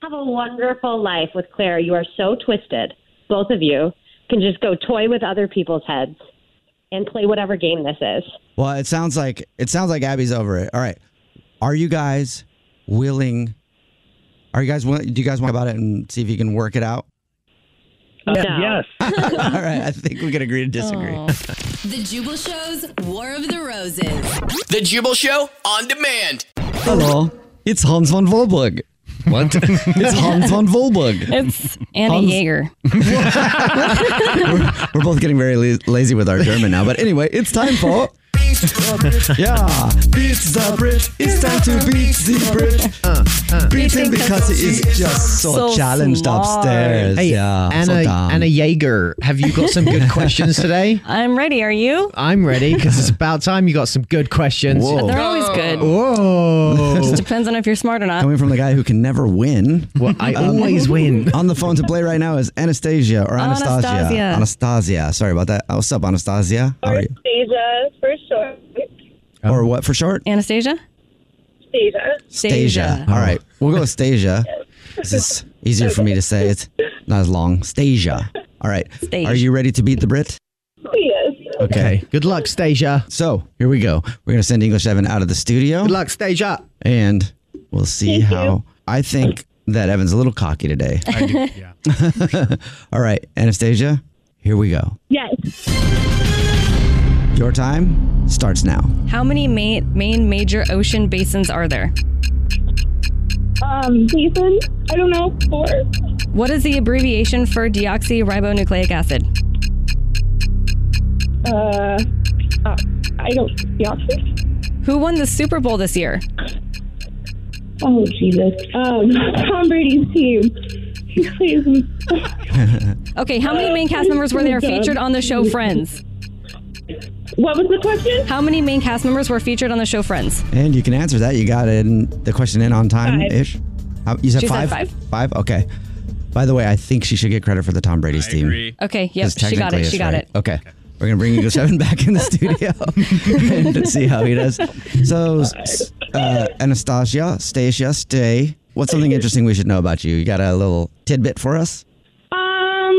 Speaker 14: Have a wonderful life with Claire. You are so twisted. Both of you can just go toy with other people's heads and play whatever game this is.
Speaker 2: Well, it sounds like it sounds like Abby's over it. All right. Are you guys willing? Are you guys willing? Do you guys want about it and see if you can work it out?
Speaker 17: yes.
Speaker 2: All right. I think we can agree to disagree.
Speaker 7: The Jubal Show's War of the Roses.
Speaker 6: The Jubal Show on demand.
Speaker 2: Hello. It's Hans von Volburg.
Speaker 12: What?
Speaker 2: it's Hans von Volburg.
Speaker 5: It's Anna
Speaker 2: Hans-
Speaker 5: Yeager.
Speaker 2: We're both getting very la- lazy with our German now. But anyway, it's time for Pizza Brit. Yeah. Pizza Brit. It's time to beat the Brit.
Speaker 4: Uh,
Speaker 2: Beat him because he is just so, challenged upstairs.
Speaker 4: Hey,
Speaker 2: yeah. so
Speaker 4: Anna,
Speaker 2: dumb.
Speaker 4: Anna Jaeger, have you got some good questions today?
Speaker 5: I'm ready. Are you?
Speaker 4: I'm ready because it's about time you got some good questions.
Speaker 5: But They're always good.
Speaker 4: Whoa.
Speaker 5: Just depends on if you're smart or not.
Speaker 2: Coming from the guy who can never win. Um,
Speaker 4: Well, I always win.
Speaker 2: On the phone to play right now is Anastasia or Anastasia.
Speaker 18: Anastasia.
Speaker 2: Anastasia. Sorry about that. Oh, What's up, Anastasia? How are you?
Speaker 18: Stasia for short.
Speaker 2: Or what for short?
Speaker 5: Anastasia?
Speaker 18: Stasia.
Speaker 2: Stasia. All right. We'll go with Stasia. this is easier for me to say. It's not as long. Stasia. All right.
Speaker 18: Stasia.
Speaker 2: Are you ready to beat the Brit?
Speaker 18: Yes.
Speaker 2: Okay.
Speaker 4: Good luck, Stasia.
Speaker 2: So here we go. We're gonna send English Evan out of the studio. Good
Speaker 4: luck, Stasia.
Speaker 2: And we'll see how I think that Evan's a little cocky today.
Speaker 18: I do,
Speaker 2: yeah. All right, Anastasia, here we go.
Speaker 11: Yes.
Speaker 2: Your time starts now.
Speaker 5: How many main, main major ocean basins are there?
Speaker 18: Um, Jason, I don't know. Four.
Speaker 5: What is the abbreviation for deoxyribonucleic acid?
Speaker 18: Uh, uh, I don't. Deoxys.
Speaker 5: Who won the Super Bowl this year?
Speaker 18: Oh Jesus. Um, Tom Brady's team. He plays. in-
Speaker 5: Okay, how many main cast members were there featured on the show Friends?
Speaker 18: What was the question?
Speaker 5: How many main cast members were featured on the show Friends?
Speaker 2: And you can answer that. You got in the question in on time ish. How- You said
Speaker 5: She said
Speaker 2: five?
Speaker 5: five.
Speaker 2: Five? Okay. By the way, I think she should get credit for the Tom Brady's team.
Speaker 5: Okay, yep,
Speaker 2: 'Cause
Speaker 5: she got
Speaker 2: technically
Speaker 5: it. She
Speaker 2: it's
Speaker 5: got
Speaker 2: right.
Speaker 5: it.
Speaker 2: Okay. We're going to bring English Evan back in the studio and see how he does. So, s- uh, Anastasia, Stasia, stay. What's something interesting we should know about you? You got a little tidbit for us?
Speaker 13: Um,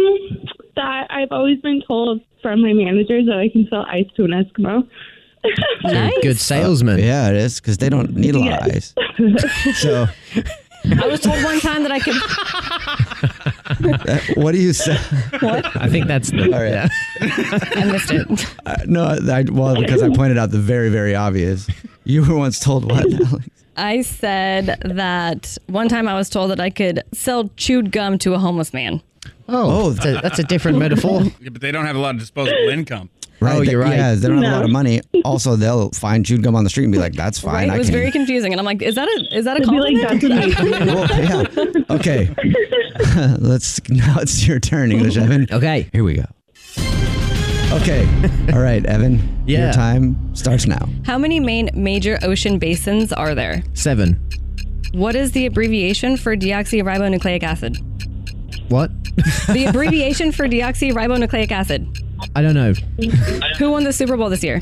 Speaker 13: that I've always been told from my managers that I can sell ice to an Eskimo.
Speaker 4: Good salesman.
Speaker 2: yeah, it is because they don't need a lot of ice. So,
Speaker 5: I was told one time that I could.
Speaker 2: that- uh, what do you say?
Speaker 5: What?
Speaker 2: I think that's the. All right.
Speaker 5: I missed it.
Speaker 2: Uh, no, I, well, because I pointed out the very, very obvious. You were once told what?
Speaker 5: Oh,
Speaker 2: Alex?
Speaker 5: I said that one time I was told that I could sell chewed gum to a homeless man.
Speaker 4: Oh, that's a, that's a different metaphor.
Speaker 19: Yeah, but they don't have a lot of disposable income.
Speaker 2: Right,
Speaker 19: you're
Speaker 2: they-
Speaker 19: right.
Speaker 2: Yeah, they don't have a
Speaker 5: No.
Speaker 2: lot of money. Also, they'll find chewed gum on the street and be like, "That's fine."
Speaker 5: Right?
Speaker 2: I
Speaker 5: It was
Speaker 2: can.
Speaker 5: very confusing, and I'm like, is that a is that a
Speaker 18: It'd be like
Speaker 5: compliment?
Speaker 2: okay, let's. Now it's your turn, English Evan.
Speaker 4: Okay,
Speaker 2: here we go. Okay, all right, Evan.
Speaker 5: Yeah.
Speaker 2: Your time starts now.
Speaker 5: How many main major ocean basins are there?
Speaker 4: Seven.
Speaker 5: What is the abbreviation for deoxyribonucleic acid?
Speaker 4: What?
Speaker 5: The abbreviation for deoxyribonucleic acid.
Speaker 4: I don't know.
Speaker 5: Who won the Super Bowl this year?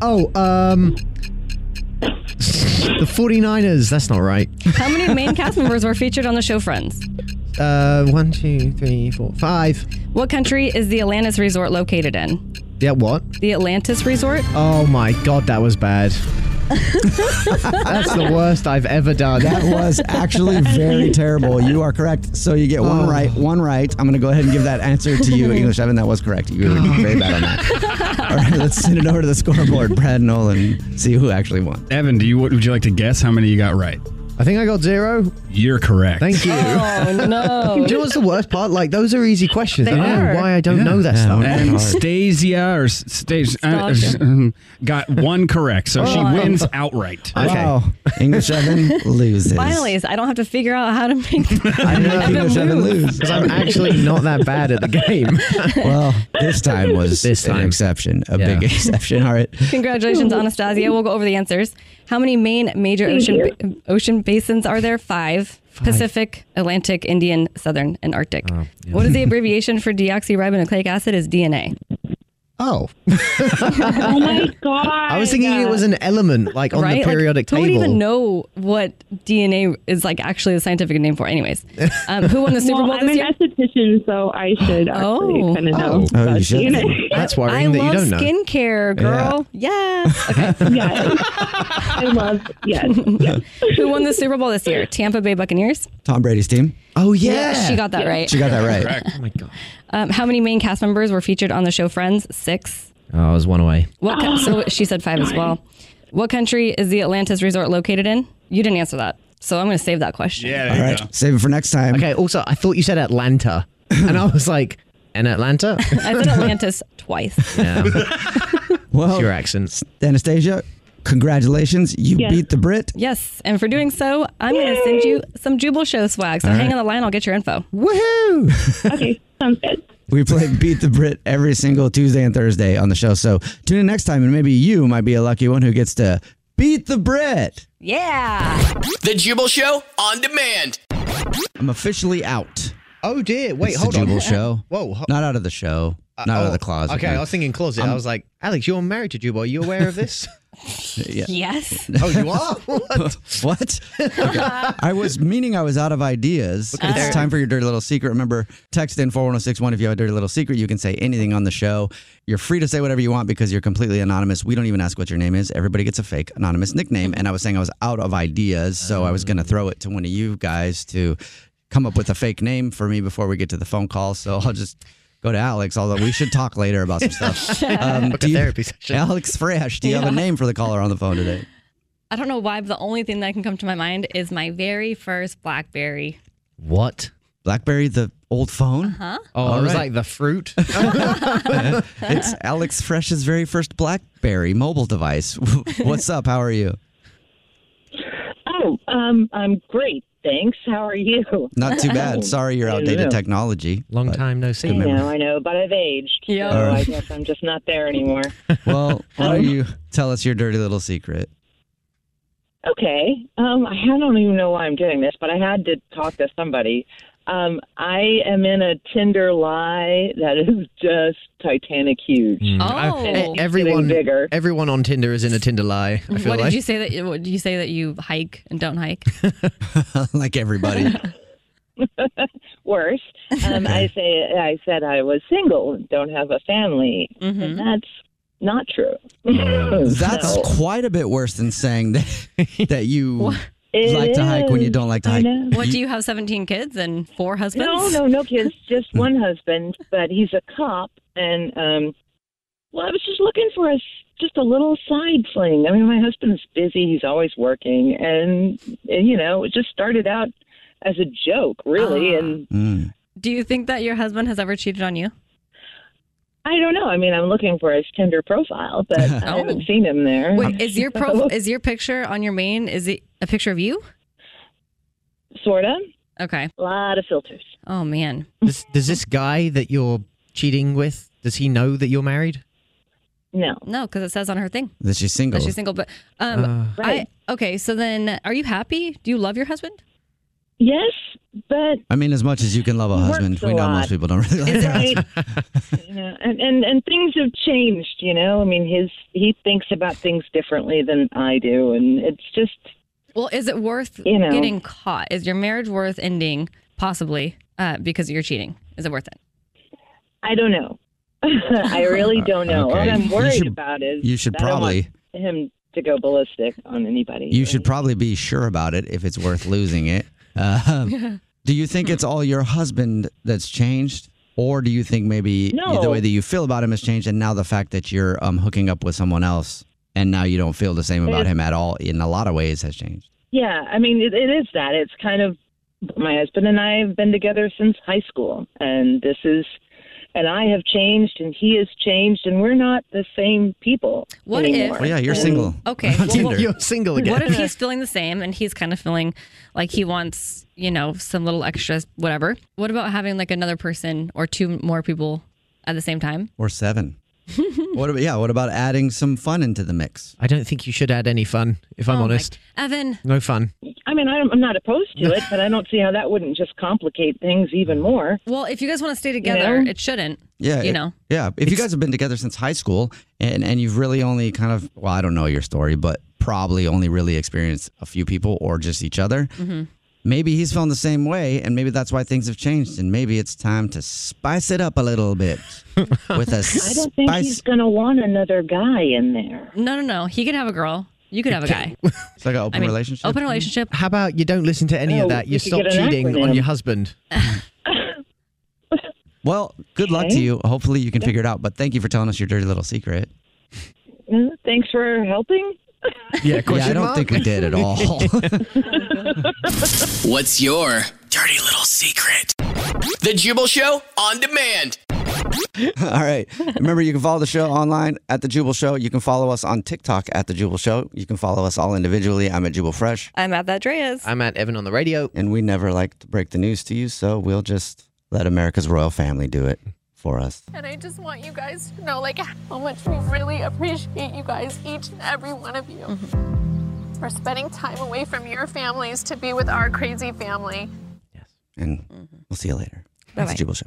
Speaker 4: Oh, um, the 49ers. That's not right.
Speaker 5: How many main cast members were featured on the show Friends?
Speaker 4: Uh, one, two, three, four, five.
Speaker 5: What country is the Atlantis Resort located in?
Speaker 4: Yeah, what?
Speaker 5: The Atlantis Resort?
Speaker 4: Oh my god, that was bad. That's the worst I've ever done.
Speaker 2: That was actually very terrible. You are correct. So you get one
Speaker 4: Oh.
Speaker 2: right, one right. I'm going to go ahead and give that answer to you, English Evan. That was correct. You
Speaker 4: Oh.
Speaker 2: were very bad on that. All right, let's send it over to the scoreboard, Brad Nolan, see who actually won.
Speaker 19: Evan, do you what would you like to guess how many you got right?
Speaker 4: I think I got zero.
Speaker 19: You're correct.
Speaker 4: Thank you.
Speaker 5: Oh
Speaker 4: Do you know what's the worst part? Like those are easy questions.
Speaker 19: They
Speaker 4: I don't
Speaker 19: are.
Speaker 4: know why I don't know that stuff.
Speaker 19: Anastasia or Stasia uh, got one correct, so she
Speaker 5: Oh.
Speaker 19: wins outright.
Speaker 2: Okay. Wow. English Evan loses.
Speaker 5: Finally, I don't have to figure out how to make
Speaker 2: I know English Evan lose.
Speaker 4: Because I'm actually not that bad at the game.
Speaker 2: well, this time was this an exception, a big exception. All right.
Speaker 5: Congratulations, Anastasia. We'll go over the answers. How many main major
Speaker 18: Thank
Speaker 5: ocean
Speaker 18: you.
Speaker 5: ba- ocean basins are there? Five. Pacific, Atlantic, Indian, Southern, and Arctic.
Speaker 4: Oh,
Speaker 5: What is the abbreviation for deoxyribonucleic acid? Is DNA.
Speaker 4: Oh.
Speaker 5: oh
Speaker 4: my
Speaker 5: god.
Speaker 4: I was thinking it was an element, like on the periodic
Speaker 5: Who
Speaker 4: table.
Speaker 5: would even know what DNA is like actually the scientific name for? Anyways, um, who won the Super
Speaker 13: Well,
Speaker 5: Bowl
Speaker 13: I'm
Speaker 5: this
Speaker 13: an
Speaker 5: year? Oh.
Speaker 13: esthetician, so I should actually kind of
Speaker 4: Oh.
Speaker 13: know. about DNA.
Speaker 4: That's
Speaker 5: I
Speaker 4: worrying that you
Speaker 5: love
Speaker 4: don't know.
Speaker 5: skincare, girl. Yes. Okay. yes. I love yes. Who won the Super Bowl this year? Tampa Bay Buccaneers.
Speaker 2: Tom Brady's team.
Speaker 4: Oh
Speaker 5: Yeah, she got that right.
Speaker 2: She got that right.
Speaker 4: Oh my god.
Speaker 5: Um, how many main cast members were featured on the show Friends? Six.
Speaker 4: Oh, I was one away.
Speaker 5: What? co- so she said five as well. What country is the Atlantis Resort located in? You didn't answer that, so I'm going to save that question.
Speaker 2: All right. Save it for next time.
Speaker 4: Okay. Also, I thought you said Atlanta, and I was like, "In Atlanta?"
Speaker 5: I said Atlantis twice.
Speaker 4: Yeah.
Speaker 2: Well, your
Speaker 4: accent.
Speaker 2: Anastasia, congratulations. You
Speaker 5: Yes.
Speaker 2: beat the Brit.
Speaker 5: Yes, and for doing so, I'm going to send you some Jubal Show swag. So
Speaker 2: All
Speaker 5: hang
Speaker 2: right.
Speaker 5: on the line, I'll get your info.
Speaker 2: Woohoo!
Speaker 5: okay, sounds good.
Speaker 2: We play Beat the Brit every single Tuesday and Thursday on the show. So tune in next time, and maybe you might be a lucky one who gets to beat the Brit.
Speaker 6: Yeah. The Jubal Show on demand.
Speaker 2: I'm officially out.
Speaker 4: Oh dear! Wait,
Speaker 2: It's
Speaker 4: hold
Speaker 2: the Jubal
Speaker 4: on.
Speaker 2: Show.
Speaker 4: Whoa! ho-
Speaker 2: Not out of the show.
Speaker 4: uh,
Speaker 2: Not out of
Speaker 4: oh,
Speaker 2: the closet.
Speaker 4: Okay,
Speaker 2: no.
Speaker 4: I was thinking closet. I
Speaker 2: I'm-
Speaker 4: was like, Alex, you're married to Jubal. Are you aware of this?
Speaker 2: Yeah.
Speaker 5: Yes.
Speaker 4: Oh, you are. What?
Speaker 2: what? I was meaning I was out of ideas.
Speaker 4: at
Speaker 2: it's
Speaker 4: there.
Speaker 2: time for your dirty little secret. Remember, text in 41061 if you have a dirty little secret. You can say anything on the show. You're free to say whatever you want because you're completely anonymous. We don't even ask what your name is. Everybody gets a fake anonymous nickname. And I was saying I was out of ideas, so I was going to throw it to one of you guys to come up with a fake name for me before we get to the phone call. So I'll just go to Alex, although we should talk later about some stuff. Um,
Speaker 4: Book a
Speaker 2: do you-
Speaker 4: therapy session.
Speaker 2: Alex Fresh, do you have
Speaker 5: Yeah.
Speaker 2: a name for the caller on the phone today?
Speaker 5: I don't know why, but the only thing that can come to my mind is my very first Blackberry.
Speaker 2: What? Blackberry, the old phone?
Speaker 5: Uh-huh.
Speaker 12: Oh, it was
Speaker 2: the fruit. it's Alex Fresh's very first Blackberry mobile device. What's up? How are you?
Speaker 20: Oh, um, I'm great. Thanks. How are you?
Speaker 2: Not too bad. Sorry you're outdated
Speaker 20: Yeah.
Speaker 2: technology. Long time no
Speaker 20: I know, I know, but I've aged. Yeah. So
Speaker 2: All right.
Speaker 20: I guess I'm just not there anymore.
Speaker 2: Well, why don't you tell us your dirty little secret?
Speaker 20: Okay. Um, I don't even know why I'm doing this, but I had to talk to somebody. Um, I am in a Tinder lie that is just Titanic huge.
Speaker 4: Mm.
Speaker 5: Oh.
Speaker 4: I-
Speaker 20: And it's
Speaker 4: e-, everyone,
Speaker 20: getting bigger.
Speaker 4: everyone on Tinder is in a Tinder lie. I feel
Speaker 5: What
Speaker 4: like.
Speaker 5: did you say that? What did you say that you hike and don't hike?
Speaker 2: like everybody.
Speaker 20: worse. Um, I say I said I was single and don't have a family, and that's not true.
Speaker 2: Mm-hmm.
Speaker 20: Oh,
Speaker 2: That's
Speaker 20: So-
Speaker 2: quite a bit worse than saying that, that you
Speaker 20: It
Speaker 2: like to hike when you
Speaker 20: is.
Speaker 2: don't like to
Speaker 20: I
Speaker 2: hike.
Speaker 20: know.
Speaker 5: What do you have? Seventeen kids and four husbands?
Speaker 20: No, no, no kids. Just one husband, but he's a cop, and um, well, I was just looking for a s- just a little side fling. I mean, my husband's busy; he's always working, and, and you know, it just started out as a joke,
Speaker 2: Ah.
Speaker 20: really, and
Speaker 2: Mm.
Speaker 5: Do you think that your husband has ever cheated on you?
Speaker 20: I don't know. I mean, I'm looking for his Tinder profile, but I haven't seen him there.
Speaker 5: Oh. Wait, is your
Speaker 20: So-
Speaker 5: pro- is your picture on your main? Is it a picture of you?
Speaker 20: Sorta.
Speaker 5: Okay.
Speaker 20: A lot of filters.
Speaker 5: Oh man.
Speaker 4: does, does this guy that you're cheating with? Does he know that you're married?
Speaker 20: No.
Speaker 5: No, because it says on her thing
Speaker 2: That she's single.
Speaker 5: that she's single. But um,
Speaker 4: Uh.
Speaker 5: I okay. So then, are you happy? Do you love your husband?
Speaker 20: Yes, but
Speaker 2: I mean, as much as you can love a
Speaker 20: Works
Speaker 2: husband,
Speaker 20: a
Speaker 2: we know
Speaker 20: lot.
Speaker 2: most people don't really like
Speaker 20: Is
Speaker 2: their
Speaker 20: it right?
Speaker 2: husband.
Speaker 20: you know, and, and and things have changed. You know, I mean, his he thinks about things differently than I do, and it's just
Speaker 5: Well, is it worth
Speaker 20: You know.
Speaker 5: getting caught? Is your marriage worth ending possibly uh, because you're cheating? Is it worth it?
Speaker 20: I don't know. I really don't know.
Speaker 2: Uh, Okay.
Speaker 20: What I'm
Speaker 2: You
Speaker 20: worried
Speaker 2: should-
Speaker 20: about is
Speaker 2: you should
Speaker 20: I don't want
Speaker 2: probably-
Speaker 20: him to go ballistic on anybody.
Speaker 2: You should probably be sure about it if it's worth losing it. Um, do you think it's all your husband that's changed? Or do you think maybe the
Speaker 20: No.
Speaker 2: way that you feel about him has changed and now the fact that you're um, hooking up with someone else and now you don't feel the same about
Speaker 20: There's-
Speaker 2: him at all in a lot of ways has changed?
Speaker 20: Yeah, I mean, it, it is that. It's kind of my husband and I have been together since high school, and this is, and I have changed, and he has changed, and we're not the same people.
Speaker 5: What
Speaker 20: anymore.
Speaker 5: if?
Speaker 2: Well, Oh, yeah, you're single.
Speaker 5: Okay.
Speaker 2: On Tinder.
Speaker 5: what-
Speaker 2: You're single again.
Speaker 5: What if he's feeling the same and he's kind of feeling like he wants, you know, some little extras, whatever? What about having like another person or two more people at the same time?
Speaker 2: Or seven? what about, yeah, what about adding some fun into the mix? Oh
Speaker 4: I don't think you should add any fun, if
Speaker 5: Oh
Speaker 4: I'm honest.
Speaker 5: Evan,
Speaker 4: No fun.
Speaker 20: I mean, I'm I'm not opposed to it, but I don't see how that wouldn't just complicate things even more.
Speaker 5: well, if you guys want to stay together,
Speaker 20: know?
Speaker 5: it shouldn't.
Speaker 2: Yeah.
Speaker 5: You
Speaker 2: it-
Speaker 5: know,
Speaker 2: Yeah. If you guys have been together since high school and, and you've really only kind of, well, I don't know your story, but probably only really experienced a few people or just each other.
Speaker 4: Mm-hmm.
Speaker 5: Mhm.
Speaker 2: Maybe he's feeling the same way, and maybe that's why things have changed, and maybe it's time to spice it up a little bit with a
Speaker 20: I don't think
Speaker 2: spice.
Speaker 20: he's going to want another guy in there.
Speaker 5: no, no, no. He could have a girl. You could have a guy.
Speaker 2: It's like an open
Speaker 5: I mean,
Speaker 2: relationship.
Speaker 5: Open relationship.
Speaker 4: How about you don't listen to oh, any
Speaker 5: Oh,
Speaker 4: of that?
Speaker 5: we
Speaker 4: You
Speaker 5: could
Speaker 4: stop
Speaker 5: get an
Speaker 4: cheating on
Speaker 5: acronym.
Speaker 4: your husband.
Speaker 2: Well, good luck to
Speaker 20: Okay.
Speaker 2: you. Hopefully, you can
Speaker 20: Yeah.
Speaker 2: figure it out. But thank you for telling us your dirty little secret.
Speaker 20: Mm, Thanks for helping.
Speaker 2: yeah, I don't think we did at all.
Speaker 6: What's your dirty little secret? The Jubal Show on demand.
Speaker 2: All right. Remember, you can follow the show online at The Jubal Show. You can follow us on TikTok at The Jubal Show. You can follow us all individually. I'm at Jubal Fresh.
Speaker 5: I'm at that Dreas.
Speaker 2: I'm at Evan on the radio. And we never like to break the news to you, so we'll just let America's royal family do it for us.
Speaker 21: And I just want you guys to know, like, how much we really appreciate you guys, each and every one of you, for spending time away from your families to be with our crazy family.
Speaker 2: And we'll see you later. That's
Speaker 22: Bye-bye.
Speaker 2: The Jubal Show.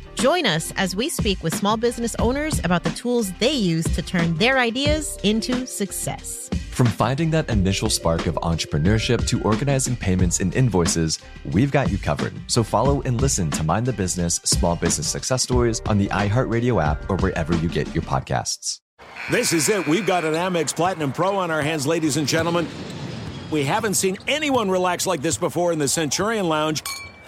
Speaker 23: Join us as we speak with small business owners about the tools they use to turn their ideas into success.
Speaker 24: From finding that initial spark of entrepreneurship to organizing payments and invoices, we've got you covered. So follow and listen to Mind the Business Small Business Success Stories on the iHeartRadio app or wherever you get your podcasts.
Speaker 25: This is it. We've got an Amex Platinum Pro on our hands, ladies and gentlemen. We haven't seen anyone relax like this before in the Centurion Lounge.